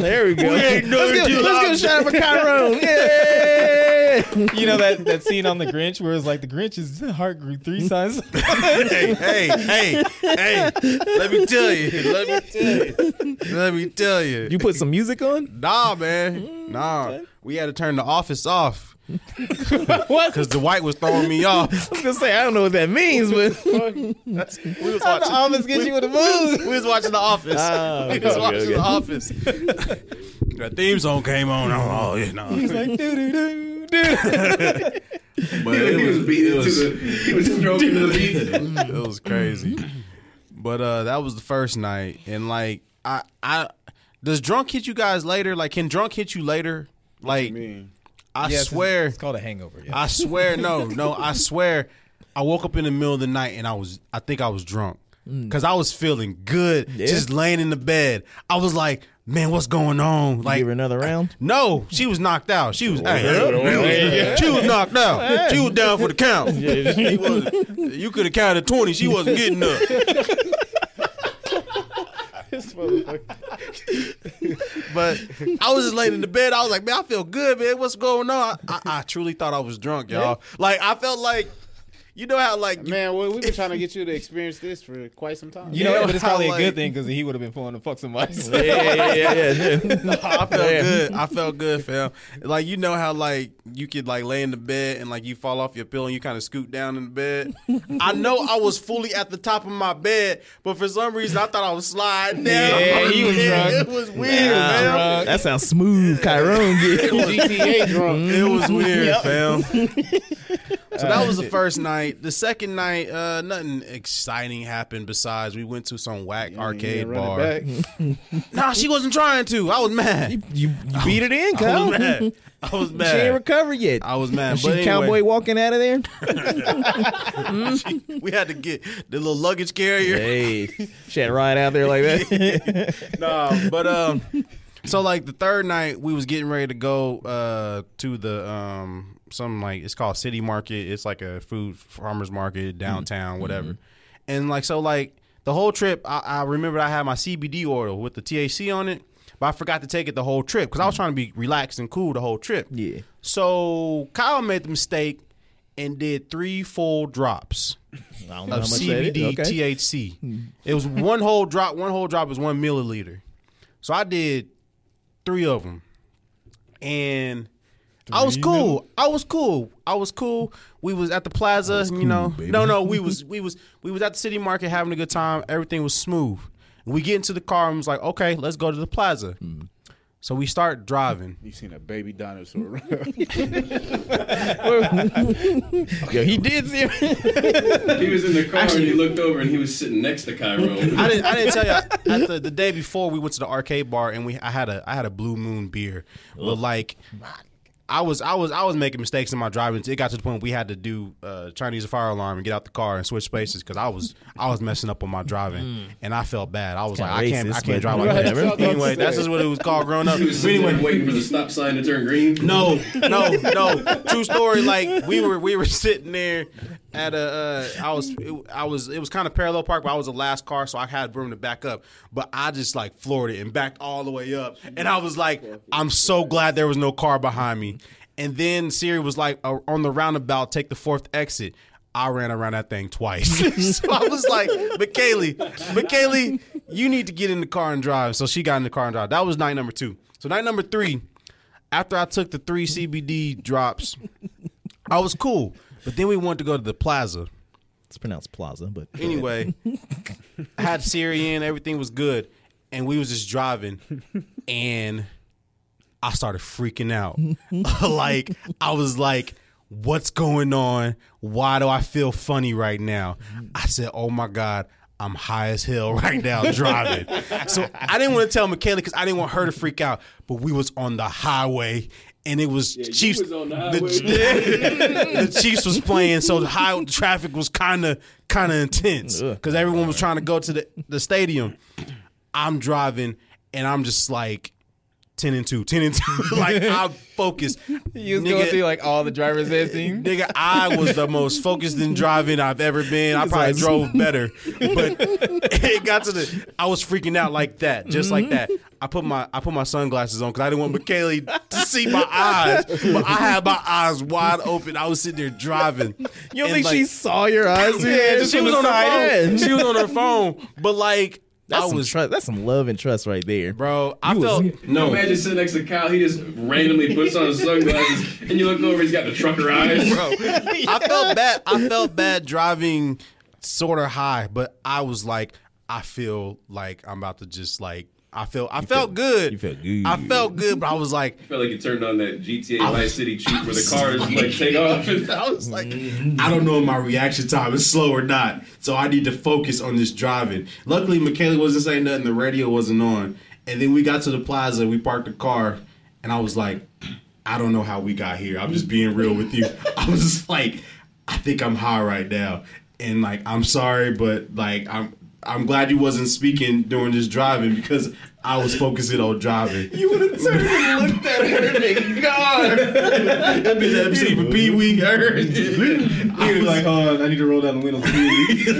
[LAUGHS] There we go. We ain't doing let's, too give, let's give a long. shout out for [LAUGHS] Tyrone. Yeah. You know that, that scene on The Grinch where it's like the Grinch's heart [LAUGHS] grew three times. hey, hey, hey, hey! Let me tell you. Let me tell you. Let me tell you. You put some music on? Nah, man. Nah. We had to turn the office off. what? Because the white was throwing me off. I was gonna say I don't know what that [LAUGHS] means, but We was watching. Almost get you with a move. We was watching the office. Ah, [LAUGHS] we okay, was okay, watching okay. the office. the theme song came on. I'm like, oh yeah, no. Like, doo doo doo doo. But it he was was, it beating to was, the. He was stroking the beat. [LAUGHS] it was crazy. But uh that was the first night, and like I, I does drunk hit you guys later? Like, can drunk hit you later? Like, I swear, It's called a hangover. Yeah. [LAUGHS] I swear, no, no, I swear. I woke up in the middle of the night and I was, I think I was drunk Mm. because I was feeling good just laying in the bed. I was like, man, what's going on? Like, give her another [LAUGHS] round. no, she was knocked out. She was, hey, she was knocked out. She was down for the count. She wasn't- you could have counted twenty. She wasn't getting up. But I was just laying in the bed. I was like, man, I feel good, man. What's going on? I, I, I truly thought I was drunk, y'all. Like I felt like, you know how like you- Man, well, we've been [LAUGHS] trying to get you to experience this for quite some time. You know, Yeah, what? but it's probably like- a good thing because he would have been pulling the fuck somebody. Yeah, yeah, yeah, yeah. yeah. [LAUGHS] I felt good. I felt good, fam. Like you know how like you could like lay in the bed and like you fall off your pillow and you kind of scoot down in the bed. I know I was fully at the top of my bed, but for some reason I thought I was sliding down. Yeah, he was [LAUGHS] drunk. It was weird, fam. Nah, that's how smooth Mm-hmm. Tyrone gets. [LAUGHS] GTA drunk. It was weird, fam. So that was the first night. The second night, uh, nothing exciting happened besides we went to some whack arcade Run it bar. [LAUGHS] back. Nah, she wasn't trying to. I was mad. You, you beat it in, [LAUGHS] I Kyle. was mad. I was She ain't mad. recovered yet. I was mad. she But anyway, cowboy walking out of there. we had to get the little luggage carrier. hey, [LAUGHS] she had to ride out there like that. [LAUGHS] Nah, but um, so like the third night we was getting ready to go uh to the um some like it's called city market. It's like a food farmers Mm-hmm. market downtown, whatever. And like so like the whole trip, I, I remembered I had my CBD oil with the THC on it, but I forgot to take it the whole trip because I was trying to be relaxed and cool the whole trip. Mm-hmm. Yeah. So Kyle made the mistake and did three full drops [LAUGHS] I don't know of how much that is. CBD Okay. Mm. THC. It was one whole drop. One whole drop is one milliliter. So I did three of them, and I was cool. I was cool. I was cool. We was at the plaza. You know, no, no. We was we was we was at the city market having a good time. Everything was smooth. We get into the car and was like, okay, let's go to the plaza. So we start driving. You seen a [LAUGHS] baby dinosaur? [LAUGHS] run. Yo, he did see him. He was in the car and he looked over and he was sitting next [LAUGHS] to Cairo. [LAUGHS] I didn't. I didn't tell you. At the, the day before, we went to the arcade bar and we. I had a. I had a Blue Moon beer, but like, I was I was I was making mistakes in my driving. It got to the point we had to do uh, Chinese fire alarm and get out the car and switch spaces because I was I was messing up on my driving and I felt bad. I was like, I can't Mm. racist, I but can't drive like Right, that. that's what I was about Anyway, to that's say. just what it was called growing up. He [LAUGHS] was sitting Anyway, there waiting for the stop sign to turn green. no, no, no. True story. Like we were, we were sitting there at a. Uh, I was, it, I was. It was kind of parallel park, but I was the last car, so I had room to back up. But I just like floored it and backed all the way up, and I was like, I'm so glad there was no car behind me. And then Siri was like, uh, on the roundabout, take the fourth exit. I ran around that thing twice. [LAUGHS] so I was like, McKaylee, McKaylee, you need to get in the car and drive. So she got in the car and drive. That was night number two. So night number three, after I took the three CBD drops, I was cool. But then we wanted to go to the plaza. It's pronounced plaza, but Anyway, I had Siri in, everything was good, and we was just driving, and I started freaking out. [LAUGHS] like I was like, "What's going on? Why do I feel funny right now?" I said, "Oh my god." I'm high as hell [LAUGHS] right now driving. so I didn't want to tell Michaela because I didn't want her to freak out. But we was on the highway and it was Chiefs. was on the [LAUGHS] the, the Chiefs was playing, so the high traffic was kind of kind of intense because everyone was trying to go to the, the stadium. I'm driving and I'm just like 10 and 2, 10 and 2. [LAUGHS] like I'm focused. You was Nigga, going through like all the driver's [LAUGHS] ed thing. Nigga, I was the most focused in driving I've ever been. I probably drove better, but it got to the. I was freaking out like that, just like that. I put my I put my sunglasses on because I didn't want McKaylee to see my eyes, but I had my eyes wide open. I was sitting there driving. you don't And, think like- she saw your eyes? [LAUGHS] Yeah, she, was on her phone. side. She was on her phone, but like That's I some was, trust. That's some love and trust right there. bro. I felt No. Imagine sitting next to Kyle, he just randomly puts on his [LAUGHS] sunglasses, and you look over, he's got the trucker eyes. [LAUGHS] bro. I felt bad. I felt bad driving sort of high, but I was like, I feel like I'm about to just like I feel I felt good. You felt good. I felt good, but I was like, I felt like you turned on that GTA Vice City cheat [LAUGHS] where the cars like take off. And [LAUGHS] I was like, I don't know if my reaction time is slow or not, so I need to focus on this driving. Luckily, Michaela wasn't saying nothing, the radio wasn't on. And then we got to the plaza, we parked the car, and I was like, [CLEARS THROAT] I don't know how we got here. I'm just being real with you. [LAUGHS] I was just like, I think I'm high right now. And like, I'm sorry, but like, I'm. I'm glad you wasn't speaking during this driving because I was focusing on driving. You would have turned and looked at her. Thank God. That'd be the MC for Pee Wee. I He was was like, like, "Oh, hold on, [LAUGHS] I need to roll down [LAUGHS] the windows.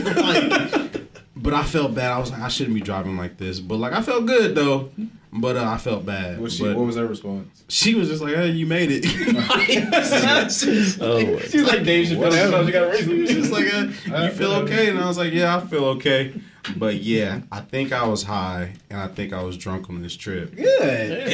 like, but I felt bad. I was like, I shouldn't be driving like this. But like, I felt good though. But uh, I felt bad. What, she, But what was her response? she was just like, "Hey, you made [LAUGHS] it." [LAUGHS] Oh, She's like, Dave Chappelle. sometimes you gotta raise she me. was just like, uh, "You feel okay?" And I was like, "Yeah, I feel okay." But yeah, I think I was high, and I think I was drunk on this trip. Good.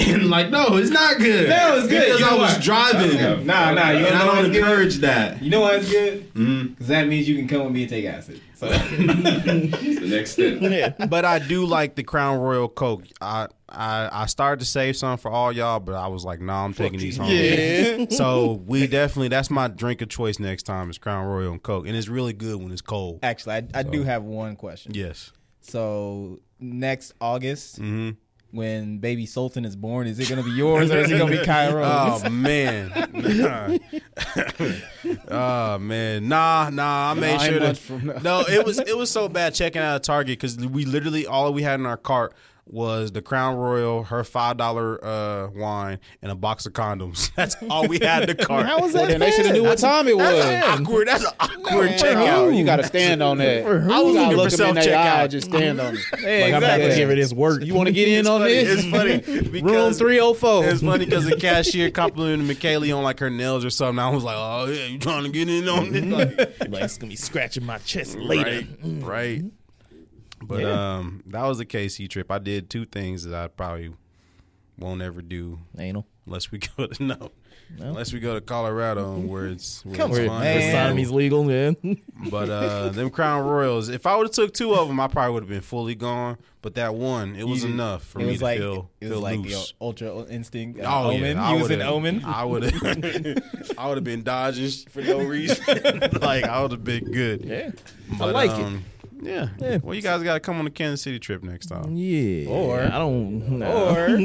And like, no, it's not good. No, it's good. because You know I was why? driving, Nah, nah. You and I know don't what's good? encourage that. You know why it's good? Because that means you can come with me and take acid. So it's the next step. but I do like the Crown Royal Coke. I I, I started to save some for all y'all, but I was like, nah, I'm taking these home. yeah. So we definitely that's my drink of choice next time is Crown Royal and Coke, and it's really good when it's cold. Actually, I, I do have one question. Yes. So next August, Mm-hmm. when baby Sultan is born, is it gonna be yours or is it [LAUGHS] gonna be Kyro's? Oh man. [LAUGHS] oh man. Nah, nah. I made Nine sure months to. from now. No, it was it was so bad checking out of Target because we literally all we had in our cart was the Crown Royal, her five dollar uh, wine, and a box of condoms. [LAUGHS] That's all we had in the cart. How was that? Then they should have knew what time it That's was. awkward. That's an awkward Oh, checkout. you gotta stand on that. For who? I was looking for self self checkout. checkout. Just [LAUGHS] stand on it. Like, I'm not gonna give her this work. You want to get [LAUGHS] in on It's this? funny. Room because- three hundred four. It's funny because the cashier complimented McKaylee on like her nails or something. I was like, oh yeah, you trying to get in on this? Like, like it's gonna be scratching my chest later. Mm-hmm. Right. right. But um, that was the KC trip. I did two things that I probably won't ever do Anal. unless we [LAUGHS] go to no, unless we go to Colorado and where it's where Come it's on, fun. man. Sodomy's legal, [LAUGHS] man. But uh, them Crown Royals. If I would have took two of them, I probably would have been fully gone. But that one, it was enough for it me was to like feel it feel was like loose. the ultra instinct. Uh, Oh, omen. yeah, I he was an would've- omen. I would have, [LAUGHS] I would have been dodging sh- for no reason. [LAUGHS] like I would have been good. Yeah, I like um, it. it. Yeah. Well, you guys got to come on the Kansas City trip next [LAUGHS] time. Yeah. Or I don't. no. Or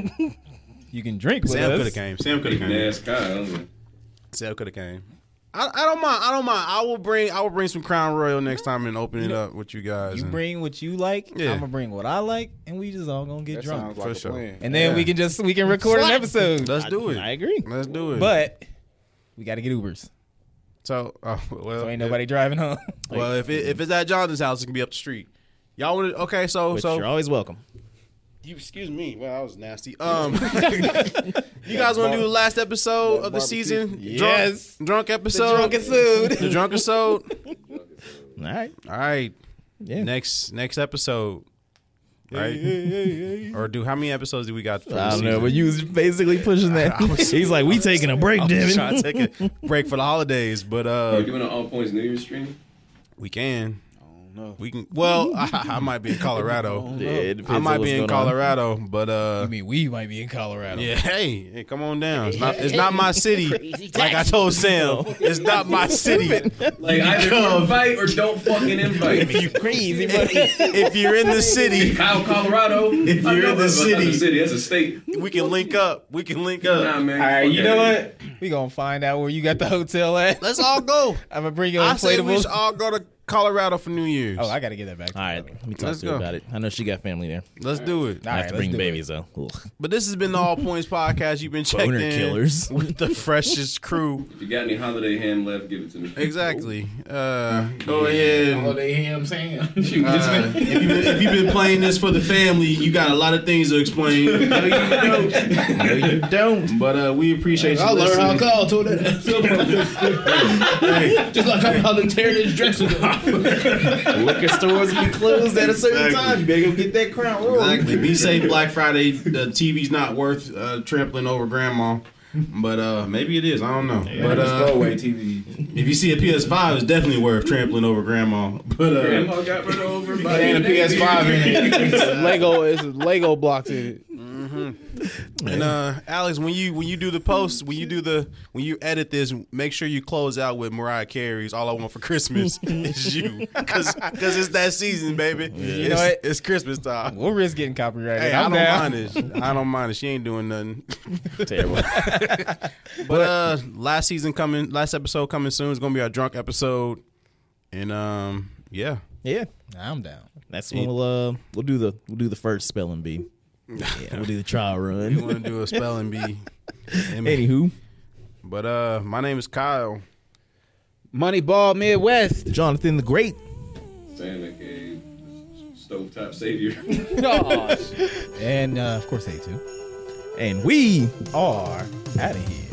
You can drink with Sam could have us. came. Sam could have came. Ass Kyle. huh? Sam could have came. I, I don't mind. I don't mind. I will bring. I will bring some Crown Royal next time and open it up with you guys. You and- bring what you like. Yeah. I'm gonna bring what I like, and we just all gonna get That drunk. sounds like for a sure. plan. and then we can just we can record an episode. Let's do it. I agree. Let's do it. But we gotta get Ubers. so oh, [LAUGHS] well, So ain't nobody driving home. well, if it, if it's at Jonathan's house, it can be up the street. Y'all want to? Okay, so But so you're always welcome. You excuse me. Well, I was nasty. Um, [LAUGHS] you guys want to do the last episode of the season? Yes. Drunk, drunk episode. drunk episode. the drunk episode. All right. All right. Yeah. Next next episode. Right. Or do how many episodes do we got? I For the don't know, season? but you was basically pushing that. [LAUGHS] He's like, we taking a break, I'm damn just it. trying to take [LAUGHS] a break for the holidays, but Are uh, we doing an all points New Year's stream? we can. know. We can. Well, [LAUGHS] I, I might be in Colorado. Yeah, it depends I on might what's be in going on. Colorado, but uh, I mean, we might be in Colorado. Yeah, [LAUGHS] hey, hey, come on down. It's not, [LAUGHS] it's not my city. Like I told Sam, it's not my city. Like either invite or don't [LAUGHS] fucking invite. You crazy, buddy. [LAUGHS] If you're in the city, Kyle, Colorado. If you're in the city. city, that's a state. we can link up. We can link Nah, up. man. All right, fuck you outta know here. what? We gonna find out where you got the hotel at. Let's all go. I'm gonna bring you I say we inflatables. should all go to Colorado for New Year's. Oh, I gotta get that back. All right, let me talk Let's to her go. about it. I know she got family there. Let's do it. I All have right, to let's bring do it. babies though. Ugh. But this has been the All Points podcast. You've been checked Boner in killers. with the freshest crew. If you got any holiday ham left, give it to me. Exactly. Uh, Go ahead. Holiday ham [LAUGHS] Sam. Uh, if, you've been, if you've been playing this for the family, you got a lot of things to explain. No, you don't. But uh, we appreciate you I learned how to [LAUGHS] listening. call to that. [LAUGHS] Just like I'm how to tear this dresser down. [LAUGHS] Liquor stores be closed at a certain Exactly. time. You better go get that crown royal. Exactly. Be [LAUGHS] safe Black Friday. The TV's not worth uh, trampling over grandma. But uh, maybe it is. I don't know. But uh, Throwaway TV. if you see a PS5, it's definitely worth trampling over grandma. But uh, Grandma got run over by And a PS5 in it. Lego is Lego blocks in it. and uh, Alex, when you when you do the post, when you do the when you edit this, make sure you close out with Mariah Carey's "All I Want for Christmas Is You" because it's that season, baby. You know what? It's Christmas time. We'll risk getting copyrighted. Hey, I I'm don't down. mind it. I don't mind it. She ain't doing nothing. Terrible. But uh, last season coming, last episode coming soon is gonna be our drunk episode, and um, yeah, Yeah, I'm down. that's when we'll uh we'll do the we'll do the first [LAUGHS] spelling bee. Yeah, we'll do the trial we run. want to do a spelling bee. Anywho, But uh, my name is Kyle. Moneyball Midwest. Jonathan the Great. Sam, aka Stovetop Savior. And uh, of course, they too And we are out of here.